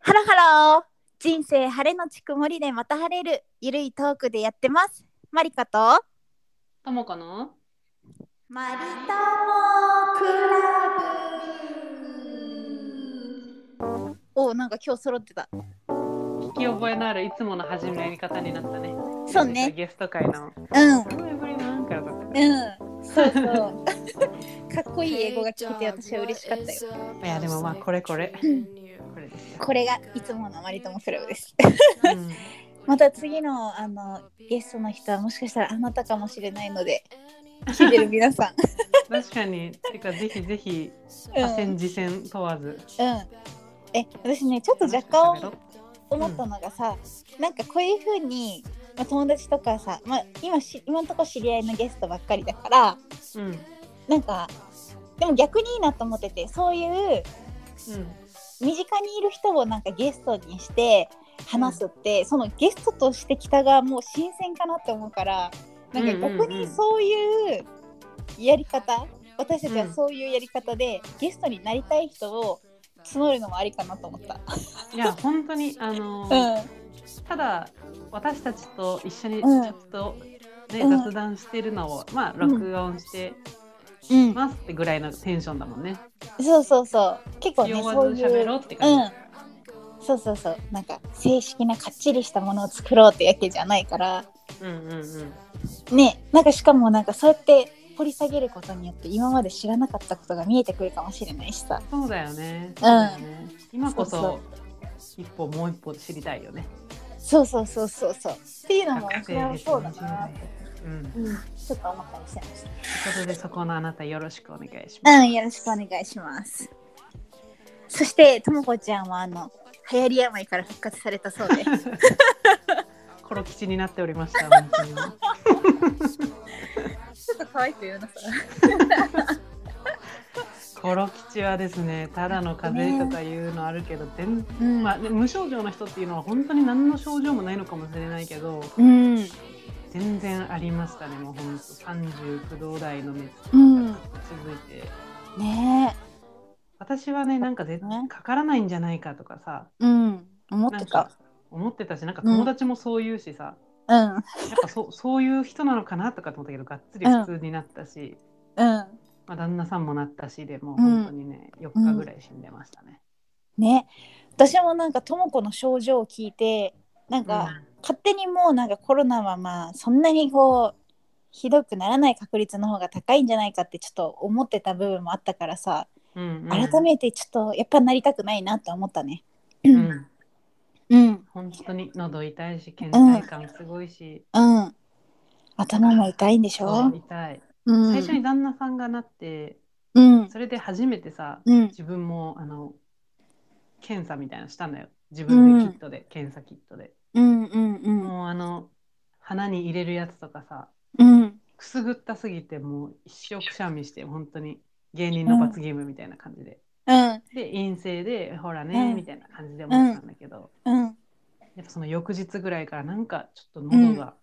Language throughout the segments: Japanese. ハロハロー人生晴れのち曇りでまた晴れるゆるいトークでやってますマリカとともかのマリタモクラブおなんか今日揃ってた聞き覚えのあるいつもの始め方になったね。そうねゲスト会の。うんどれぶりなんかだったねうんそう そうかっこいい英語が聞けて私は嬉しかったよいやでもまあこれ これ。うんこれですよこれがいつものマリタモクラブ ですうんまた次のあのゲストの人はもしかしたらあなたかもしれないので聞いてる皆さん、確かに。てかぜひぜひ、 う河川ん次戦問わず。うん、え私ねちょっと若干思ったのがさ、なんかこういう風に、まあ、友達とかさ、まあ、今し今んとこ知り合いのゲストばっかりだからうん。うん。なんかでも逆にいいなと思っててそういう身近にいる人をなんかゲストにして話すって、そのゲストとして来たがもう新鮮かなって思うからなんか逆うんうんうにんそういうやり方、私たちはそういうやり方で、ゲストになりたい人を募るのもありかなと思った。いや本当にあのうんただ私たちと一緒にちうんょっとね、うん雑談してるのをまあ録音してうん、ますってぐらいのテンションだもんね。そうそうそう結構気ね負そわうずい喋うろうって感じ。うんそうそうそうなんか正式なかっちりしたものを作ろうってわけじゃないからうんうんうん。ねなんかしかもなんかそうやって掘り下げることによって今まで知らなかったことが見えてくるかもしれないしさそうだよね。うんん。今こそそ一歩もう一歩知りたいよね。そうそうそうそうそうっていうのも学そ生れはですそうだね。な、うん。といううん、ちょっと思ったりしてましことでそこのあなたよろしくお願いしたます。うんよろしくお願いしますそしてともこちゃんはあの流行り病から復活されたそう でコロ吉になっておりました。本当に ちょっと可愛く言うなさコロ吉はですね、ただの風邪とかいうのあるけど、全うん、まあね無症状の人っていうのは本当に何の症状もないのかもしれないけど、うん全然ありましたね。もう本当三十九度台の熱がうん続いて。ねえ私はねなんか絶対かからないんじゃないかとかさうん、思っなてんたか。思ってたしなんか友達もそう言うしさ、うん、やっぱそそういう人なのかなとかと思ったけどがっつり普通になったし、うん。まあ、旦那さんもなったしでもううん本当にね、4日ぐらい死んでましたね。ね。私もなんかともこの症状を聞いて、なんうんか勝手にもうなんかコロナはまあそんなにこうひどくならない確率の方が高いんじゃないかってちょっと思ってた部分もあったからさ、うんうん改めてちょっとやっぱなりたくないなって思ったね。ううんん、うん、本当に喉痛いし倦怠感すごいし、うん。頭も痛いんでしそょう。痛い、うん。最初に旦那さんがなってうん。それで初めてさうん。自分もあの検査みたいなのしたんだよ自分でキットで、検査キットで。うんうんうんもうあの鼻に入れるやつとかさうんくすぐったすぎてもう一生くしゃみして本当に芸人の罰ゲームみたいな感じで、うんで陰性でほらうねんみたいな感じで思ったんだけど、うんやっぱその翌日ぐらいからなんかちょっと喉が、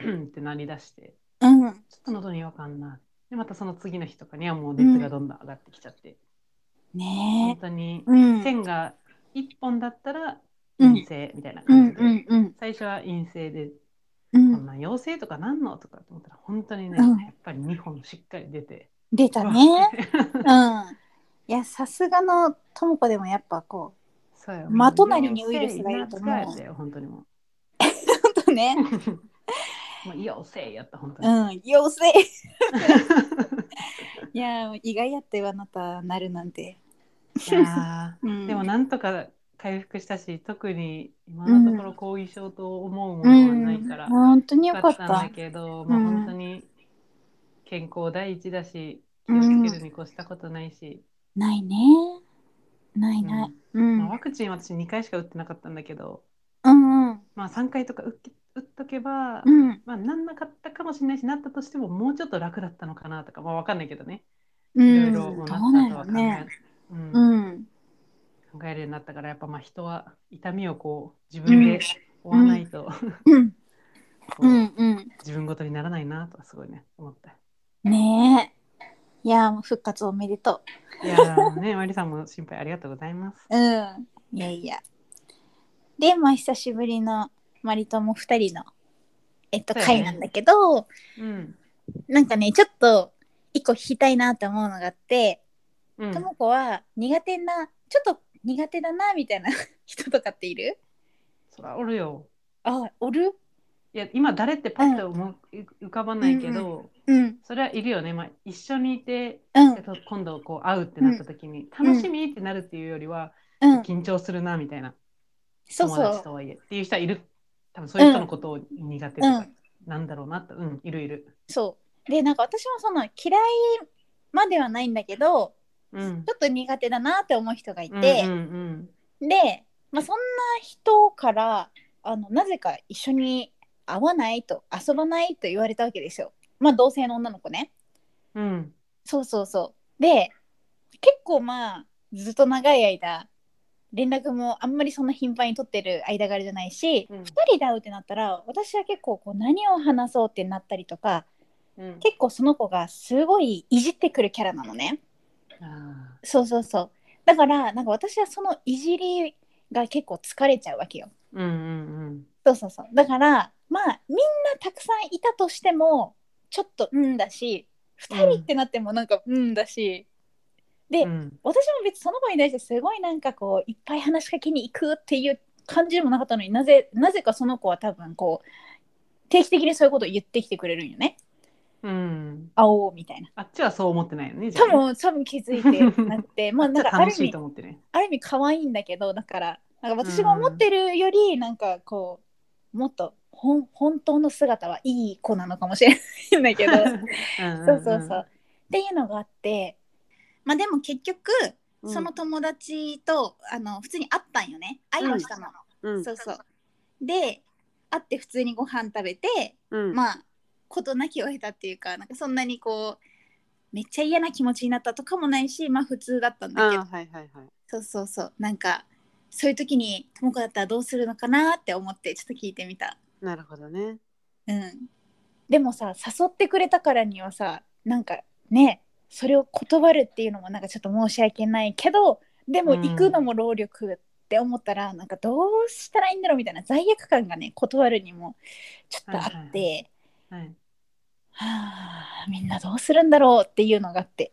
ってなりだしてうんちょっと喉に違和感なでまたその次の日とかにはもう熱がどんどん上がってきちゃって、本ね当にえうん線が1本だったらうん陰性みたいなうん感じで、うんうん最初は陰性でうこんん、な陽性とかなんのとかと思ったら本当にね、うんやっぱり2本しっかり出て。出 たね。うん。いや、さすがのともこでもやっぱこそうよまとなりにウイルスがいると思う陽性だよ本当にもう。う。本当ね。もう陽性やった本当うに。ん、陽性。いや、意外やってあなたなるなんて。いやうーん。でもうんなんとか回復したし、特に今のところ後遺症と思うものはないから、本当によよかかっったんだた。けど、うまあん本当に健康第一だし、気うをつんけるに越したことないし、ないね。ないない。ううんん。まあワクチン私2回しか打ってなかったんだけど、うんうん。まあ3回とか打っけ打っとけば、うん。まあ、なんなかったかもしれないし、なったとしても、もうちょっと楽だったのかなとか、まあ、わかんないけどね。ういろいん。ろ、どうもうななったの後は考えね。、う、うんん。考えるようになったから、やっぱ、まあ、人は痛みをこう、自分で追わないと、うん。こううん。うん。自分ごとにならないなとはすごいね、思った。ねえ。いや、もう復活お めでとう。いやーね、マリさんも心配ありがとうございます。うん。いやいや。で、まあ、久しぶりのマリとも2人の、えっと、そうやね会なんだけど、うん。なんかねちょっと一個聞きたいなと思うのがあってうともん。こは苦手なちょっと苦手だなみたいな 人とかっているそらおるよ。あおるいや、今誰ってパッと思い浮かばないけど、うんそれはいるよね。まあ、一緒にいて、うんえっと今度こう会うってなった時に、楽しみってなるっていうよりは、うん緊張するなみたいな、そう友達そとはいえっていう人はいる。多分そういう人のことを苦手とううか、んなんだろうなと、うん、いるいる。そうでなんか私もその嫌いまではないんだけどうんち。ょっと苦手だなって思う人がいて、うんうんで、まあ、そんな人からあのなぜか一緒に会わないと遊ばないと言われたわけですよ。まあ同性の女の子ね。うん、うんそうそうそう。で結構まあずっと長い間連絡もあんまりそんな頻繁に取ってる間柄じゃないしうん2人で会うってなったら私は結構こう何を話そうってなったりとかうん結構その子がすごいいじってくるキャラなのね。あそうそうそう。だからなんか私はそのいじりが結構疲れちゃうわけよ。ーうんうんそうそうそう。だから、まあ、みんなたくさんいたとしても、ちょっとうんだし、二人ってなってもなんかうんだし、で、うんうん私も別にその子に対してすごいなんかこう、いっぱい話しかけに行くっていう感じでもなかったのになぜ、なぜかその子は多分こう、定期的にそういうことを言ってきてくれるんよね。うんあおうみたいな。あっちはそう思ってないよね。じゃ多あね分、多分気づいてなく て、まあなんじゃかあある楽意しい味と、思ってね。ある意味可愛いんだけどだからなんか私が思ってるよりなんかこうもっとほん本当の姿はいい子なのかもしれないんだけどそうそうそう。っていうのがあってまあでも結局うんその、友達と、あの普通に会ったんよね会いましたの、うんそうそうで会って普通にご飯食べて、うんまあ事なきを得たっていうかなんかそんなにこうめっちゃ嫌な気持ちになったとかもないしまあ普通だったんだけどあーはいはいはい。そうそうそうなんかそういう時にともこだったらどうするのかなって思ってちょっと聞いてみたなるほどね。うんでもさ誘ってくれたからにはさなんかねそれを断るっていうのもなんかちょっと申し訳ないけどでもうん行くのも労力って思ったら、なんかどうしたらいいんだろうみたいな罪悪感がね断るにもちょっとあって、はいはいはあみんなどうするんだろうっていうのがあって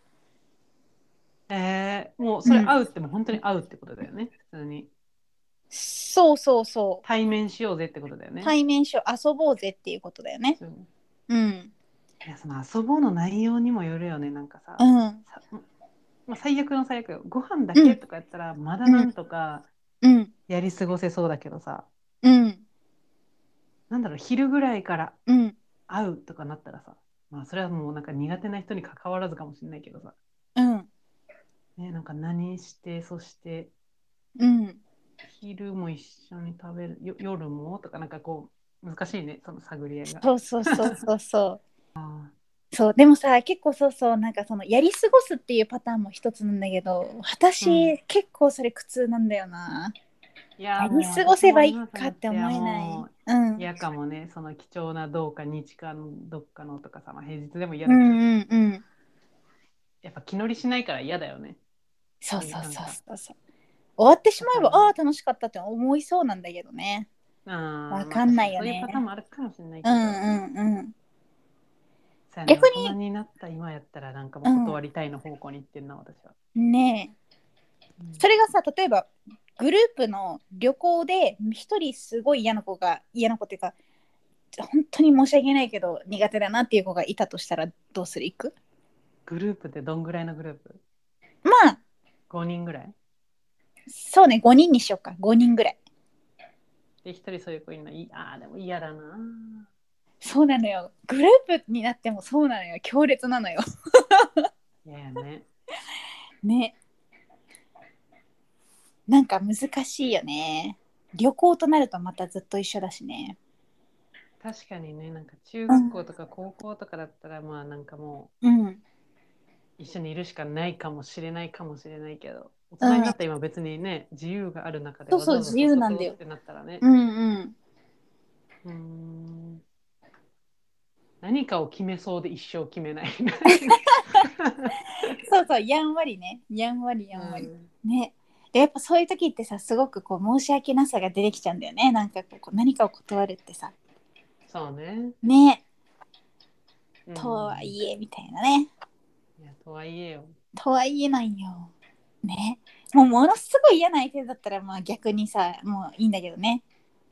えー、もうそれ会うってもう本当に会うってことだよね。普通にそうそうそう対面しようぜってことだよね。い。対面所遊ぼうぜっていうことだよねうんいやその遊ぼうの内容にもよるよね。なんかさ、うんさまあ最悪の最悪よ。ご飯だけとかやったらまだなんとかうんやり過ごせそうだけどさ、うんなんだろう昼ぐらいからうん会うとかなったらさ、まあそれはもうなんか苦手な人に関わらずかもしれないけどさ、うんねなんか何してそしてうん昼も一緒に食べるよ夜もとかなんかこう難しいねその探り合いが。そうそうそうそうそうそうでもさ結構そうそうなんかそのやり過ごすっていうパターンも一つなんだけど私、う結構それ苦痛なんだよないややーもうり過ごせばいいかって思えもないううん嫌かもねその貴重などうか日かのどっかのとかさ、まあ、平日でも嫌うだけど、んうんうんやっぱ気乗りしないから嫌だよね。そうそうそうそうそう終わってしまえばああー楽しかったって思いそうなんだけどねわわかんないよねそういうパターンもあるかもしれないけうんど、うんうんさあ逆に大人になった今やったらなんかもう断りたいの方向に行ってんな、私は。ねうえんそれがさ例えばグループの旅行で一人すごい嫌な子が嫌な子っていうか本当に申し訳ないけど苦手だなっていう子がいたとしたらどうする行くグループってどんぐらいのグループまあ ?5 人ぐらいそうね5人にしようか5人ぐらいで1人そういう子いるのいいあーでも嫌だなそうなのよグループになってもそうなのよ強烈なのよ 嫌やね。ねなんか難しいよね旅行となるとまたずっと一緒だしね確かにねなんか中学校とか高校とかだったらまあなんかもうんう一緒にいるしかないかもしれないかもしれないけど大人になった今別にね自由がある中でそうそうわざわざ自由なんだよってなったらね、うんうんうーん何かを決めそうで一生決 めない。そうそうやんわりねやんわりやんわり、ねでやっぱそういう時ってさすごくこう申し訳なさが出てきちゃうんだよねなんかこう何かを断るってさそうね。ねうんとはいえみたいなねいやとはいえよ。とは言えないよねもうものすごい嫌な相手だったらまあ逆にさもういいんだけどね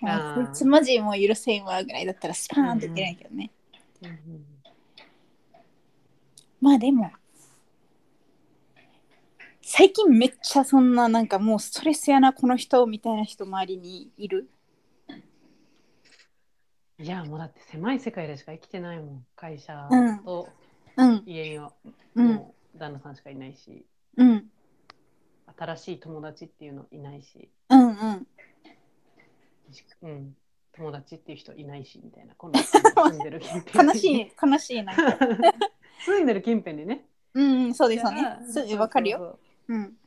もあうーこいつマジもう許せんわぐらいだったらスパーンといけないけどね、うんうんまあでも最近めっちゃそんななんかもうストレスやなこの人みたいな人周りにいるいやもうだって狭い世界でしか生きてないもん会社うんとうん家にはうんもう旦那さんしかいないし、うん新しい友達っていうのいないし、うんうんじうん、友達っていう人いないし みたいなこの住んでる近辺悲し い悲しいな 住んでる近辺でねうんうんそうですよだかねらすそうわかるよそうそううん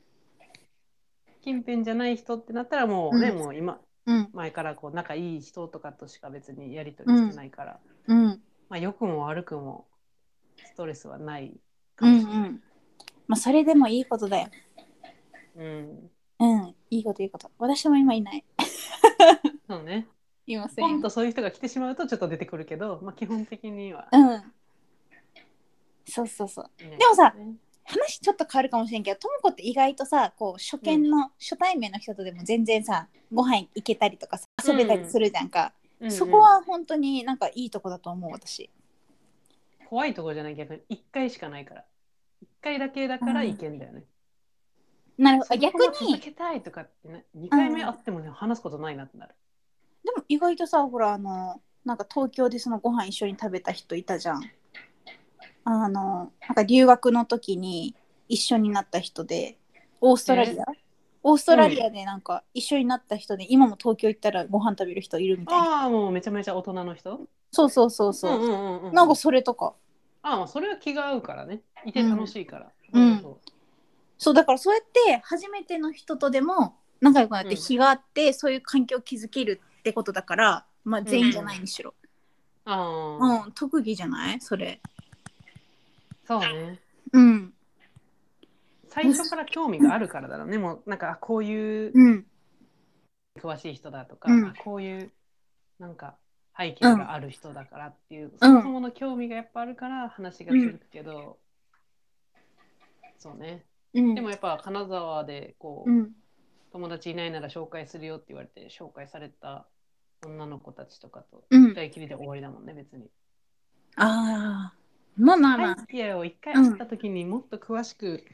近辺じゃない人ってなったらもうね、うんもう今うん前からこう仲いい人とかとしか別にやり取りしてないから、うんまあ良くも悪くもストレスはないかうもんうしれない。んまあそれでもいいことだようんうんいいこといいこと私も今いないそうね。いませポンんとそういう人が来てしまうとちょっと出てくるけど、まあ、基本的にはうんそうそうそういないねでもさ、話ちょっと変わるかもしれんけどともこって意外とさこう初見の、初対面の人とでも全然さご飯行けたりとかさ遊べたりするじゃんか、うんうんそこは本当になんかいいとこだと思う私怖いところじゃない逆に1回しかないから1回だけだからいけんだよね、なるほそどこ逆をに続けたいとかってね2回目あってもね、話すことないなってなるでも意外とさほらあのなんか東京でそのご飯一緒に食べた人いたじゃんあのなんか留学の時に一緒になった人でオーストラリアオーストラリアでなんか一緒になった人で、今も東京行ったらご飯食べる人いるみたいなああもうめちゃめちゃ大人の人そうそうそうそう、んうんうんうん、なんかそれとかああまあそれは気が合うからねいて楽しいから、うんそうそうだからそうやって初めての人とでも仲良くなってうん日があって、そういう環境を築けるってことだからまあ全員じゃないにしろ、あうあ、ん特技じゃないそれそうねうん最初から興味があるからだろうねもうなんかあこういううん詳しい人だとか、うんあこういうなんか背景がある人だからっていう、そもそもの興味がやっぱあるから話が続くけど、そうねうんでもやっぱ金沢でこう、うん友達いないなら紹介するよって言われて紹介された女の子たちとかとうん二人きりで終わりだもんね別に。ああまあまあまはいあ、付き合いを一回会った時にもっと詳しく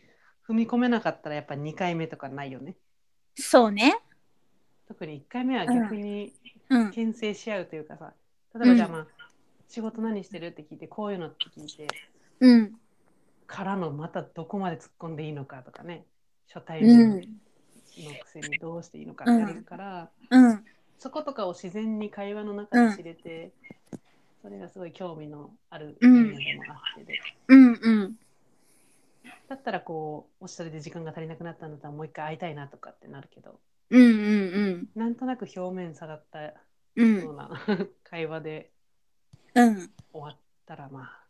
踏み込めなかったらやっぱ2回目とかないよね。そうね特に1回目は逆に、うん牽制し合うというかさ例えばじゃあうんまあ、仕事何してるって聞いてこういうのって聞いてうんからのまたどこまで突っ込んでいいのかとかね初対う面のんくせにどうしていいのかうっんてやるから、うんそことかを自然に会話の中で知れて、それがすごい興味のあるう分ん野でもあってで、うんうんだったらこうもしそれで時間が足りなくなったんだったらもう一回会いたいなとかってなるけどうんうんなんとなく表面下がったようんうんうな 会話でうん終わったらまあ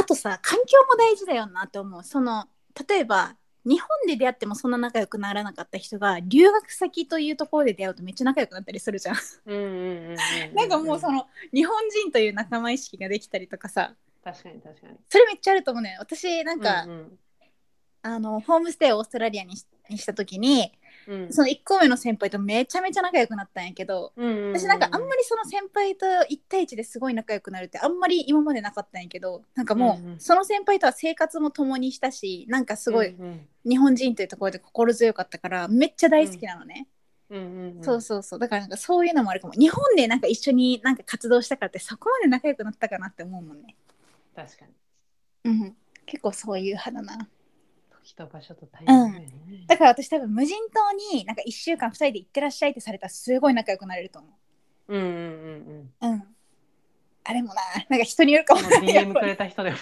あとさ環境も大事だよなと思うその例えば日本で出会ってもそんな仲良くならなかった人が留学先というところで出会うとめっちゃ仲良くなったりするじゃんうんうんうんうんうんなんかもうその日本人という仲間意識ができたりとかさ確かに確かに。それめっちゃあると思うね私なんか、うんあのホームステイをオーストラリアにしにした時にうんうんその1個目の先輩とめちゃめちゃ仲良くなったんやけど、うん私なんかあんまりその先輩と1対1ですごい仲良くなるってあんまり今までなかったんやけどなんかもうんうんうその先輩とは生活も共にしたしなんかすごいうんうん日本人というところで心強かったからめっちゃ大好きなのね、うんうん、そうそうそうだからなんかそういうのもあるかも日本でなんか一緒になんか活動したからってそこまで仲良くなったかなって思うもんね、確かにうん、結構そういう派だな時と場所とタイミングやね、だから私多分無人島になんか1週間2人で行ってらっしゃいってされたらすごい仲良くなれると思うんうんうんうんううんあれもななんか人によるかもこのな やっ DM ぱくれた人でも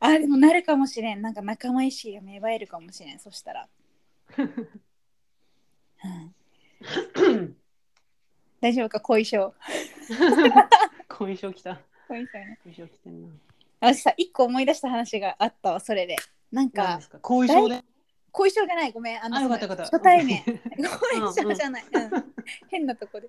あでもなるかもしれんなんか仲間意識が芽生えるかもしれんそした ら、うん大丈夫か後遺症後遺症きた後遺症ね後遺症きてんな私さ一個思い出した話があったわそれでなん何かですか後遺症で後遺症じゃないごめんあのあよかったよかった初対 面うん後遺症じゃない、うん変なとこで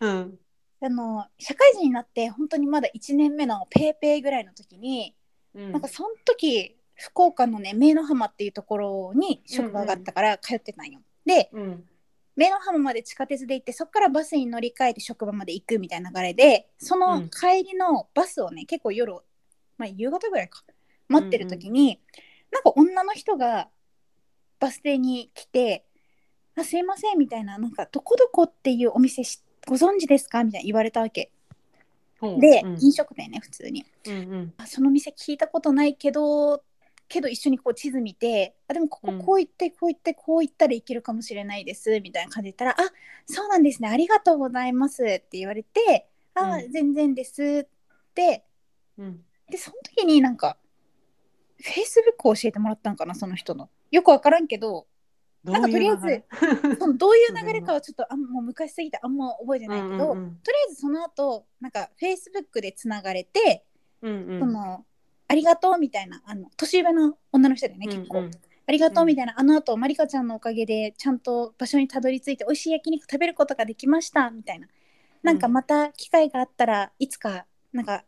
うんあの社会人になって本当にまだ1年目のペーペーぐらいの時に、うんなんかその時福岡のね明の浜っていうところに職場があったから通ってたんよ、でうん明の浜まで地下鉄で行ってそこからバスに乗り換えて職場まで行くみたいな流れでその帰りのバスをね、結構夜、まあ、夕方ぐらいか待ってる時に、なんか女の人がバス停に来て「あすいません」みたいな「なんかどこどこっていうお店しご存知ですか?」みたいな言われたわけほうで、うん飲食店ね普通に。うんうんあその店聞いたことないけどけど一緒にこう地図見てあでもここうんこう行ってこう行ってこう行ったらいけるかもしれないですみたいな感じで言ったら「あそうなんですねありがとうございます」って言われて「あ、うん全然です」ってうんでその時になんかフェイスブックを教えてもらったんかなその人のよくわからんけどどなんかうとりいあえうず流れそのどういう流れかはちょっとあんもう昔すぎてあんま覚えてうないけど、んうんとりあえずその後なんかフェイスブックでつながれて。うんうんそのありがとうみたいなあの年上の女の人だよね結構、うんうんありがとうみたいな、あの後まりかちゃんのおかげでちゃんと場所にたどり着いて美味しい焼肉食べることができましたみたいななんかまた機会があったらいつかなんか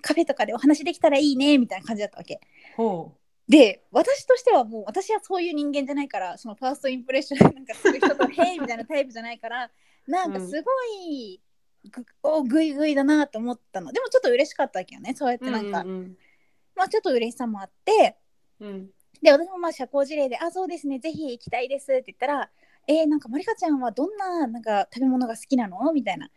カフェとかでお話できたらいいねみたいな感じだったわけほうで私としてはもう私はそういう人間じゃないからそのファーストインプレッションなん かする人と「へい」みたいなタイプじゃないからなんかすごいぐ,、おぐいぐいだなと思ったのでもちょっと嬉しかったわけよねそうやってなんか、うんまあ、ちょっと嬉しさもあってうんうんで私もまあ社交辞令で「あそうですねぜひ行きたいです」って言ったら「えー、なんかまりかちゃんはどんななんか食べ物が好きなの?」みたいな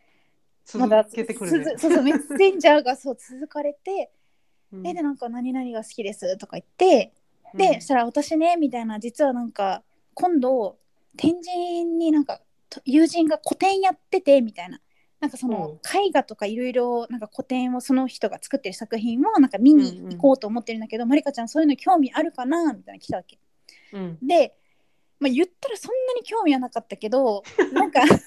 まだ続けてくるねすずそうそうメッセンジャーがそう続かれて う「んえでなんか何々が好きです」とか言ってで、そしたら「私ね」みたいな実はなんか今度天神になんかと友人が個展やっててみたいな。なんかその絵画とかいろいろなんか個展をその人が作ってる作品をなんか見に行こうと思ってるんだけど、まりかちゃんそういうの興味あるかなみたいなの来たわけうんで、まあ、言ったらそんなに興味はなかったけ どなんかやっ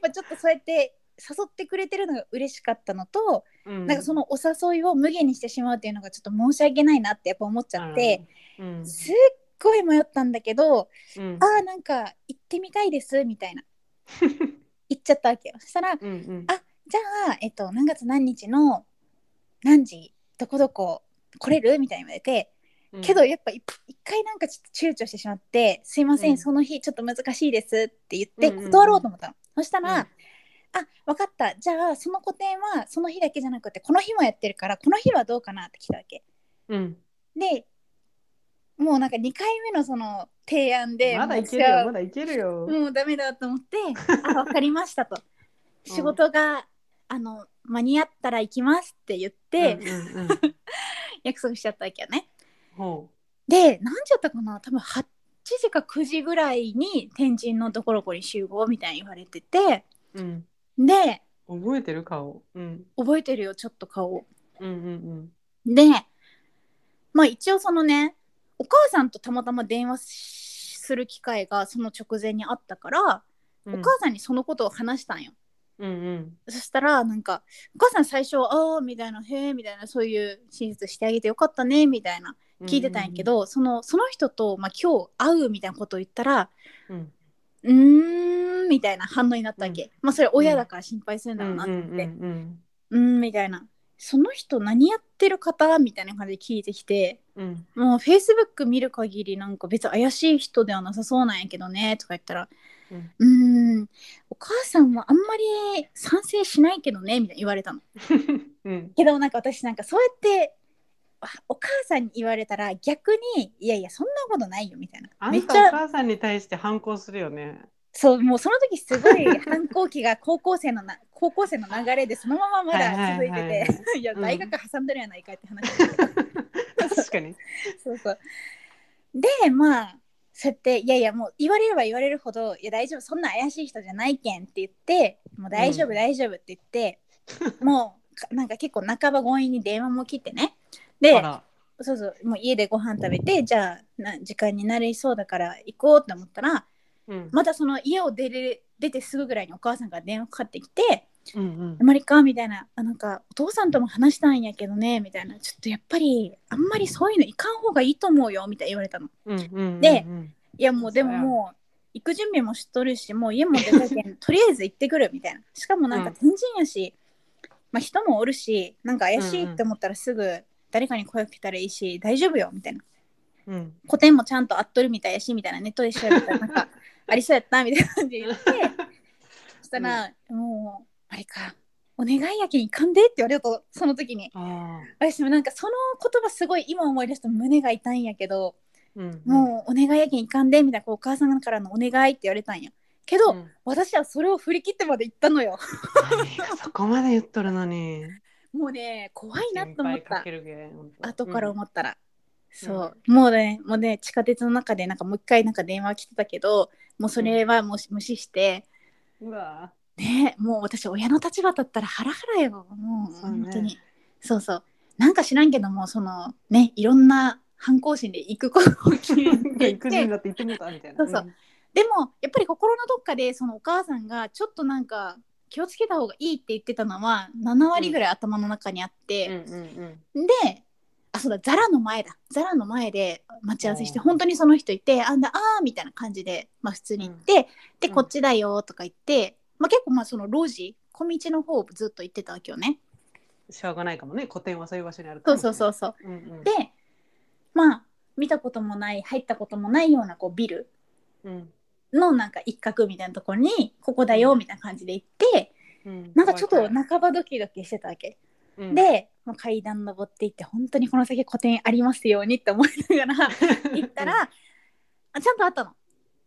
ぱちょっとそうやって誘ってくれてるのが嬉しかったのと、うんなんかそのお誘いを無限にしてしまうっていうのがちょっと申し訳ないなってやっぱ思っちゃって、うんすっごい迷ったんだけどうんあーなんか行ってみたいですみ たいな言っちゃったわけよ。そしたらうんうんあじゃあ、えっと、何月何日の何時どこどこ来れるみたいに言われて。うんけどやっぱい一回なんかちょっと躊躇してしまって「すいません、うんその日ちょっと難しいです」って言ってうんうんうん断ろうと思ったの、そしたら「うんあ分かったじゃあその個展はその日だけじゃなくてこの日もやってるからこの日はどうかな」って来たわけうんでもうなんか2回目のその提案でまだいけるもう私はよまだいけるよもうダメだと思 って「あ分かりました」と「仕事があの間に合ったら行きます」って言って、うんうんうん約束しちゃったわけよね。ほで何時だったかな多分8時か9時ぐらいに天神のどころこに集合みたいに言われててううんで覚えてる顔うん覚えてるよちょっと顔うんうんでまあ一応そのねお母さんとたまたま電話しする機会がその直前にあったから、うんうんお母さんにそのことを話したんようんうんそしたらなんかお母さん最初「ああ」みたいな「へえ」みたいなそういう親切してあげてよかったねみたいな聞いてたんやけど、そのその人と、まあ、今日会うみたいなことを言ったらうんうーんみたいな反応になったわけ、うまあそれ親だから心配するんだろうなっうて、うんんうんうんみたいなその人何やってる方みたいな感じで聞いてきてうんもうフェイスブック見る限りなんか別に怪しい人ではなさそうなんやけどねとか言ったらうんうーんお母さんはあんまり賛成しないけどねみたいな言われたのうんうんけどなんか私なんかそうやってあお母さんに言われたら逆にいやいやそんなことないよみたいなあめんっちたおゃ母さんに対して反抗するよねそうもうその時すごい反抗期が 高校生のな高校生の流れでそのまままだ続いてはいはいはいはて いやうん大学挟んでるやないかって話なんだけど確かにそうそうでまあそうやっていやいやもう言われれば言われるほど「いや大丈夫そんな怪しい人じゃないけん」って言って「もう大丈夫、うん大丈夫」って言 ってもうかなんか結構半ば強引に電話も切ってねであらそうそうもう家でご飯食べてじゃあな時間になりそうだから行こうと思ったらうんまたその家を出れ出てすぐぐらいにお母さんから電話かかってきてうんうんあまりかみたいなあなんかお父さんとも話したんやけどねみたいなちょっとやっぱりあんまりそういうのいかん方がいいと思うよみたいな言われたのうんうんうんうんでいやもうそでうやももう行く準備もしとるしもう家も出たけ んとりあえず行ってくるみたいなしかもなんうかん天神やし、まあ、人もおるしなんか怪しいって思ったらすぐ誰かに声をかけたらいいし、大丈夫よみたいなうん古典もちゃんとあっとるみたいやしみたいなネットで調べたらなん かありそうやったみたいな感じで言ってそしたら、もうあれかお願いやけんいかんでって言われたとその時にあ私もなんかその言葉すごい今思い出すと胸が痛いんやけど、ーうんもうお願いやけんいかんでみたいなこうお母さんからのお願いって言われたんやけど、うんうん私はそれを振り切ってまで行ったのよ何がそこまで言っとるのにもうね怖いなと思っ心配かたけるげほんと後からうん思ったら、そう、もうねもうね地下鉄の中でなんかもう一回なんか電話来てたけどもうそれはもう無視して、うわねもう私親の立場だったらハラハラよもうそうね本当にそうそうなんか知らんけどもそのねいろんな反抗心で行くことを決めてい 行くてんだって言ってもうたみたいなそうそうでもやっぱり心のどっかでそのお母さんがちょっとなんか気をつけた方がいいって言ってたのは7割ぐらい頭の中にあっうんて、うんうんであそうだザラの前だザラの前で待ち合わせしておー本当にその人いてあんだあーみたいな感じで、まあ、普通に行って、でうんこっちだよとか言って、まあ、結構まあその路地小道の方をずっと行ってたわけよね。しょうがないかもね古典はそういう場所にあるかそうらそうそうそううんうんでまあ見たこともない入ったこともないようなこうビルうんのなんか一角みたいなところにここだよみたいな感じで行ってうんなんかちょっと怖い怖い半ばドキドキしてたわけ、うんでもう階段登っていって本当にこの先古典ありますようにって思いなが ら行ったら、あちゃんとあったの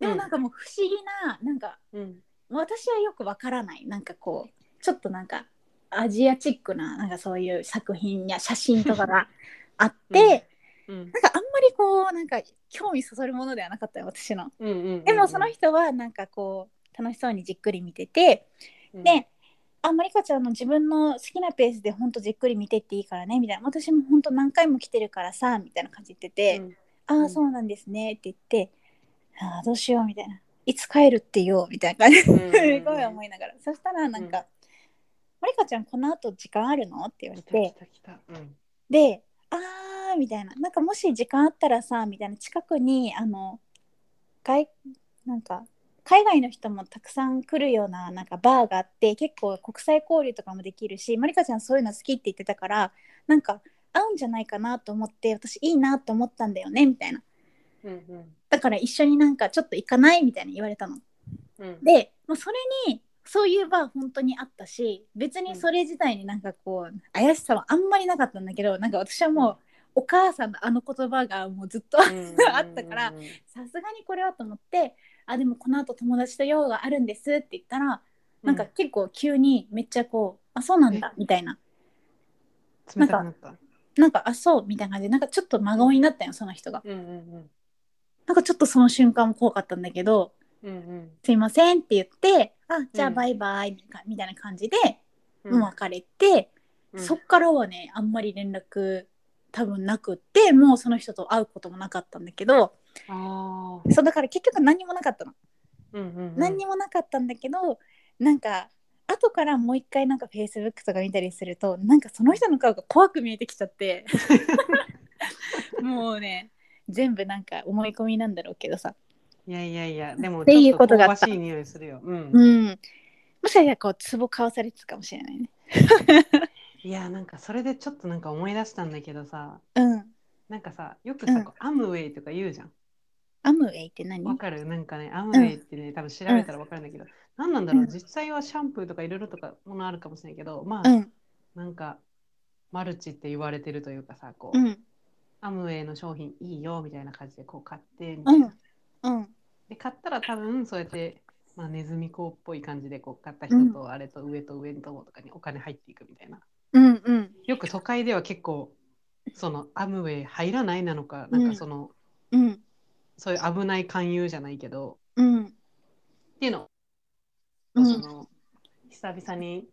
でもなんかもう不思議ななんかうん私はよくわからないなんかこうちょっとなんかアジアチックななんかそういう作品や写真とかが あって、うんうんなんかあんまりこうなんか興味そそるものではなかったよ私の。うんうんうんでもその人はなんかこう楽しそうにじっくり見てて、で「あまりかちゃんの自分の好きなペースでほんとじっくり見てっていいからね」みたいな「私もほんと何回も来てるからさ」みたいな感じで言ってて「あうあんそうなんですね」って言って「ああどうしよう」みたいな「いつ帰るって言おう」みたいな感じうん すごい思いながらそしたらなんか「まりかちゃんこのあと時間あるの?」って言われて。来た来た来たうんで「あー」みたいななんかもし時間あったらさみたいな近くにあの外なんか海外の人もたくさん来るようななんかバーがあって結構国際交流とかもできるしまりかちゃんそういうの好きって言ってたからなんか合うんじゃないかなと思って私いいなと思ったんだよねみたいなうんだから一緒になんかちょっと行かないみたいに言われたの。うんうんで、まあ、それにそういうバー本当にあったし別にそれ自体になんかこう怪しさはあんまりなかったんだけどなんか私はもうお母さんのあの言葉がもうずっと さあったからうんすがにこれはと思って「あでもこの後友達と用があるんです」って言ったらなんか結構急にめっちゃこう「あそうなんだ」みたいな冷たくなった「なんかあそう」みたいな感じでなんかちょっと真顔になったよその人が。うんうんなんかちょっとその瞬間も怖かったんだけどうんうん「すいません」って言って「あじゃうあんバイバイ」みたいなみたいな感じでうんもう別れて、うんそっからはねあんまり連絡多分なくってもうその人と会うこともなかったんだけどあそうだから結局何にもなかったの、ー何にもなかったんだけどなんか後からもう一回なんか Facebook とか見たりするとなんかその人の顔が怖く見えてきちゃって もうね全部なんか思い込みなんだろうけどさ、いやいやいやでもっていうことがあちょっったと香ばしい匂いするようんうん、もしかしたらこうツボ買わされてたかもしれないね。いやなんかそれでちょっとなんか思い出したんだけどさうん、なんかさよくさ、うんこうアムウェイとか言うじゃんアムウェイって何わかるなんかねアムウェイってね、多分調べたらわかるんだけど、なん、何なんだろう、うん実際はシャンプーとかいろいろとかものあるかもしれないけどまあ、うんなんかマルチって言われてるというかさこう、うんアムウェイの商品いいよみたいな感じでこう買ってみたういな、んうんで買ったら多分そうやって、まあ、ネズミ子っぽい感じでこう買った人とあれと上と上のとことかにお金入っていくみたいな、うんうんよく都会では結構そのアムウェイ入らないなのかなんうかんその、うんそういう危ない勧誘じゃないけどうんっていうのうそんの久々に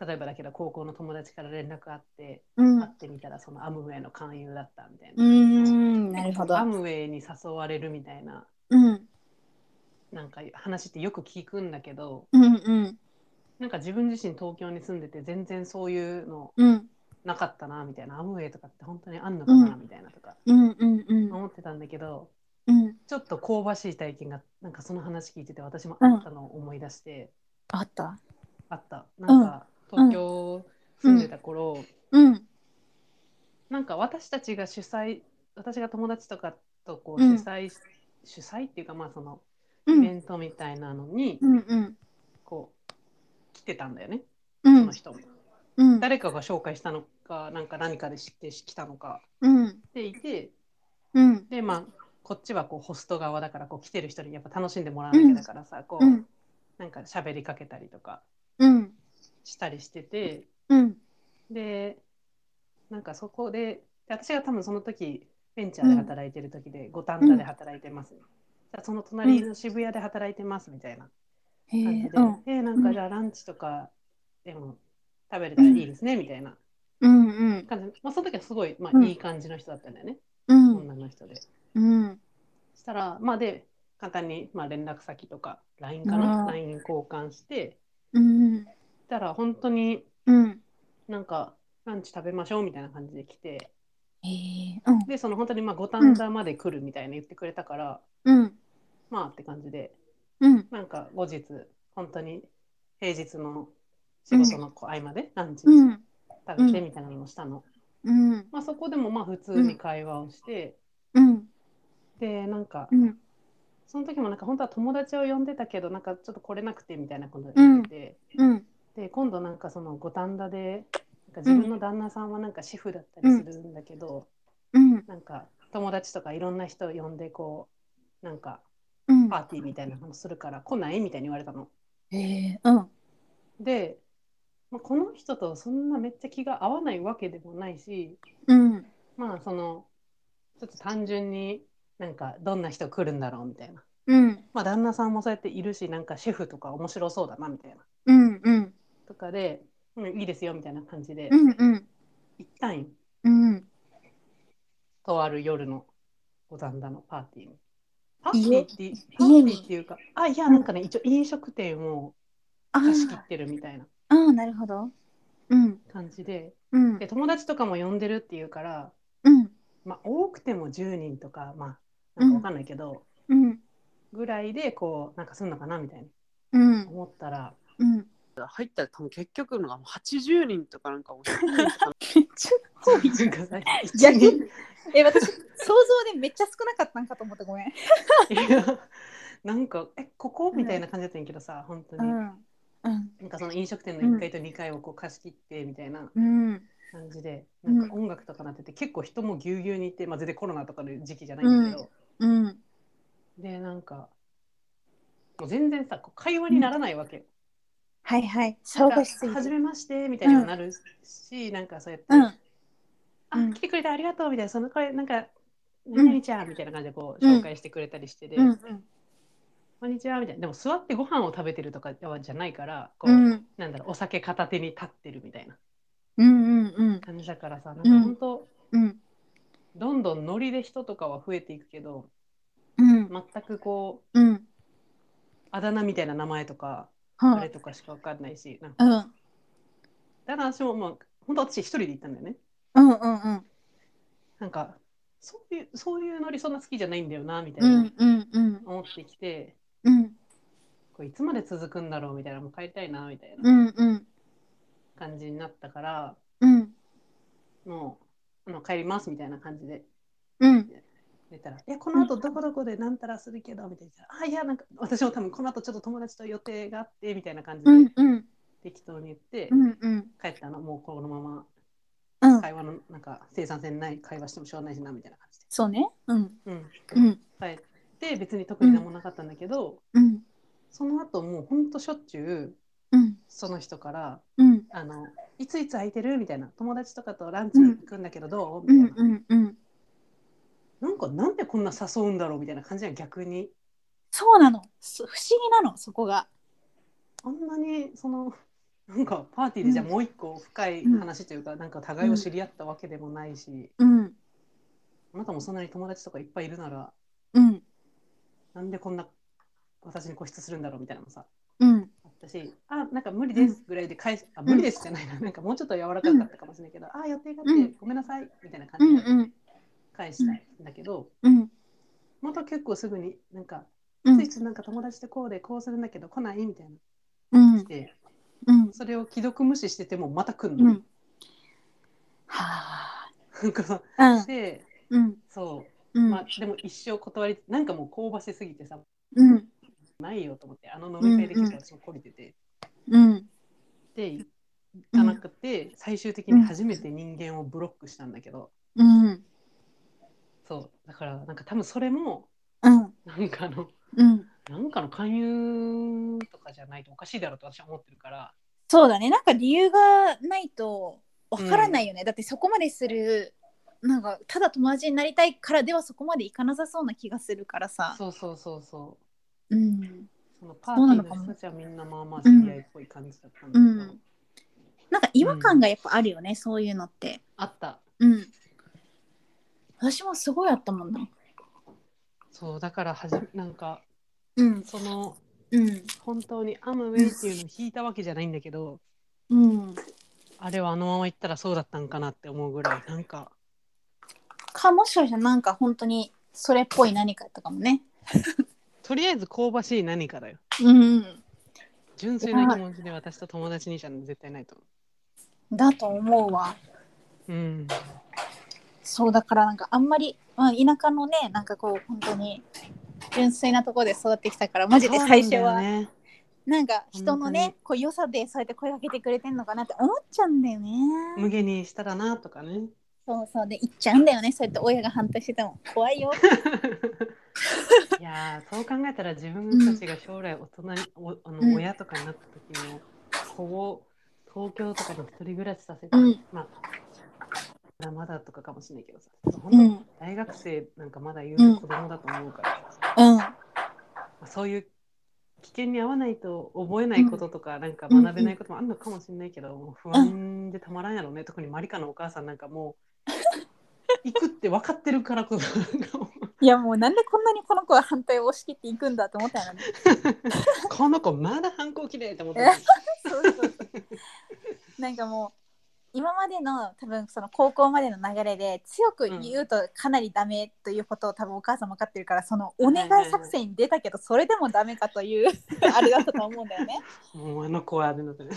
例えばだけど高校の友達から連絡あってうん会ってみたらそのアムウェイの勧誘だったみたいうな、んなるほどアムウェイに誘われるみたいなうんなんか話ってよく聞くんだけどうんうんなんか自分自身東京に住んでて全然そういうのうんなかったなみたいなアムウェイとかって本当にあんのかなみたいなとかうんうんうん思ってたんだけうんど、ちょっと香ばしい体験がなんかその話聞いてて私もあったのを思い出して、あったあったなんか東京住んでた頃、うんなんか私たちが主催私が友達とかとこうう主ん催、主催っていうかまあそのうイベんントみたいなのにうんうんこう来てたんだよね、うそんの人もうん誰かが紹介したのかなんか何かで知ってきたのかうんでいてうんでまあこっちはこうホスト側だからこう来てる人にやっぱ楽しんでもらわなきゃだからさ、こう、うんなんか喋りかけたりとかうんしたりしててうんでなんかそこでで私が多分その時ベンチャーで働いてる時で五反田で働いてます、じゃあその隣の渋谷で働いてますみたいなへ感じでえ、うんでなんかじゃあランチとかでも食べれたらいいですねみたいなうんうん感じで、まあ、その時はすごい、まうあ、んいい感じの人だったんだよね、うん女の人で。うんしたらまあで簡単に、まあ、連絡先とか LINE かな、うん LINE 交換してうんしたら本当にうんなんかランチ食べましょうみたいな感じで来てへえうんでその本当にまあ五反田まで来るみたいな言ってくれたから、うんまあって感じでうんなんか後日本当に平日の仕事のこう合間でランチ食んべてみたいなのをしたの、うんまあ、そこでもまあ普通に会話をして、うんでなんかうんその時もなんか本当は友達を呼んでたけどなんかちょっと来れなくてみたいなこと言ってて、うんで今度なんかその五反田でなんか自分の旦那さんはなんか主婦だったりするんだけど、うんなんか友達とかいろんな人を呼んでこうなんかうんパーティーみたいなのするから来ないみたいに言われたの。へえうんで、まあ、この人とそんなめっちゃ気が合わないわけでもないしうんまあそのちょっと単純になんかどんな人来るんだろうみたいな。うんまあ旦那さんもそうやっているしなんかシェフとか面白そうだなみたいな。うんうんとかで、うん、いいですよみたいな感じでうんうん行ったんよ。うんとある夜の五反田のパーティーに。パーテ家ィーってパ家ーテにィーっていうか、あ、いや、なんかね、一応飲食店をあ貸し切ってるみたいなああなるほどうん感じで、うんで友達とかも呼んでるっていうから、うんまあ、多くても10人とか、まあ、なんかわかんないけど、うんぐらいで、こう、なんかすんのかなみたいにうん思ったら、うん入ったら多分結局のがもう80人とかなんかもうめっちゃ多 いなんかさ逆に一人え私想像でめっちゃ少なかったんかと思ってごめんいやなんか、え、ここみたいな感じだったんやけどさ、本当うに。んうんなんかその飲食店の1階と2階をこう貸し切ってみたいな。うん感じでうなんんか音楽とかなってて、結構人もぎゅうぎゅうにいて、まあ、全然コロナとかの時期じゃないんだけど、うんでなんかもう全然さこう会話にならないわけよ。はいはいな騒んかがしすぎ初てめましてみたいにもなるし、なんかそうやって「うんうんあ来てくれてありがとう」みたいな「そのこれなんかうん何々ちゃん」みたいな感じでこううん紹介してくれたりしてで「うんこんにちは」みたいなでも座ってご飯を食べてるとかじゃないからこうう、んなんだろうお酒片手に立ってるみたいなうんうん感じだからさなんうかん本当、うんどんどんノリで人とかは増えていくけどうん全くこううんあだ名みたいな名前とか、あはれいとかしかわかんないし、なんかうんだから私も、まあ、本当私一人で行ったんだよね。うんうんうんなんか、そういう、そういうノリそんな好きじゃないんだよな、みたいうなんうんうん思ってきて、うんこういつまで続くんだろうみたいな、もう帰りたいな、みたいなうんうん感じになったから、うんもう、あの帰りますみたいな感じでうん出たら、いや、この後どこどこでなんたらするけど、みたいな。あ、いや、なんか、私も多分この後ちょっと友達と予定があって、みたいな感じうでんうん適当に言ってう、んうん帰ったの、もうこのままうん会話のなんか生産性ない会話してもしょうがないしなみたいな感じで、そうねうんうん、うん帰って別に特に何もなかったんだけど、うんその後もうほんとしょっちゅううんその人からうんあの「いついつ空いてる?」みたいな「友達とかとランチに行くんだけどどう?」みうたいんな、うんうんなんかなんでこんな誘うんだろうみたいな感じは逆にそうなのす不思議なのそこがあんなにそのなんかパーティーでじゃあもう一個深い話というか、なんか互いを知り合ったわけでもないし、うんあなたもそんなに友達とかいっぱいいるならうんなんでこんな私に固執するんだろうみたいなのさうんあっだし、あ、なんか無理ですぐらいで返す、あ、無理ですじゃないな、なんかもうちょっと柔らかかったかもしれないけど、あ、予定があうってん、ごめんなさい、みたいなう感んじでうん返したいんだけど、うんまた結構すぐになんか、うんついついなんか友達とこうでこうするんだけど来ないみたいなうん来て、うんそれを既読無視しててもまた来るうの。 んはなんかあうんで、うんそうう、んまあでも一生断り、なんかもう香ばしすぎてさ、うんないよと思って、あの飲み会で結構私も懲りてて、うんで、行かなくて、最終的に初めて人間をブロックしたんだけど、うんそう、だからなんか多分それも、うんなんかあの、うんなんかの勧誘とかじゃないとおかしいだろうと私は思ってるから、そうだねなんか理由がないとわからないよね、だってそこまでするなんかただ友達になりたいからではそこまでいかなさそうな気がするからさそうそうそうそう。うんそのパーティーの人たちはみんなまあまあ知り合いっぽい感じだったんだうけど、んなんか違和感がやっぱあるよね、そういうのってあったうん私もすごいあったもんなそうだからはじなんかうんそのうん本当にアムウェイっていうのを引いたわけじゃないんだけどうんあれはあのまま行ったらそうだったんかなって思うぐらいなんかかもしかしたらなんか本当にそれっぽい何かやったかもねとりあえず香ばしい何かだようん純粋な気持ちで私と友達にじゃ絶対ないと思だと思うわううんそうだからなんかあんまり、まあ、田舎のねなんかこう本当に純粋なところで育ってきたからマジで最初はそうななん,、んだよねか人のねこう良さでそうやって声かけてくれてんのかなって思っちゃうんだよね無限にしたらなとかねそうそうで行っちゃうんだよねそうやって親が反対してても怖いよいやーそう考えたら自分たちが将来大人に、おあうんの親とかになった時の子を東京とかの一人暮らしさせて、うんまあまだとかかもしれないけどさ本当うんうにん大学生なんかまだ言ううん子供だと思うから、まあそういう危険に合わないと覚えないこととか、なんか学べないこともあるのかもしれないけど、もう不安でたまらんやろうね特にマリカのお母さんなんかもう行くって分かってるからこそなんかもういやもうなんでこんなにこの子は反対を押し切っていくんだと思ったよねこの子まだ反抗期でと思ってそうそうそうなんかもう今までの多分その高校までの流れで強く言うとかなりダメということを多分お母さんも分かってるからそのお願い作戦に出たけどそれでもダメかという あれだったと思うんだよね。もうあの子はあれだったね。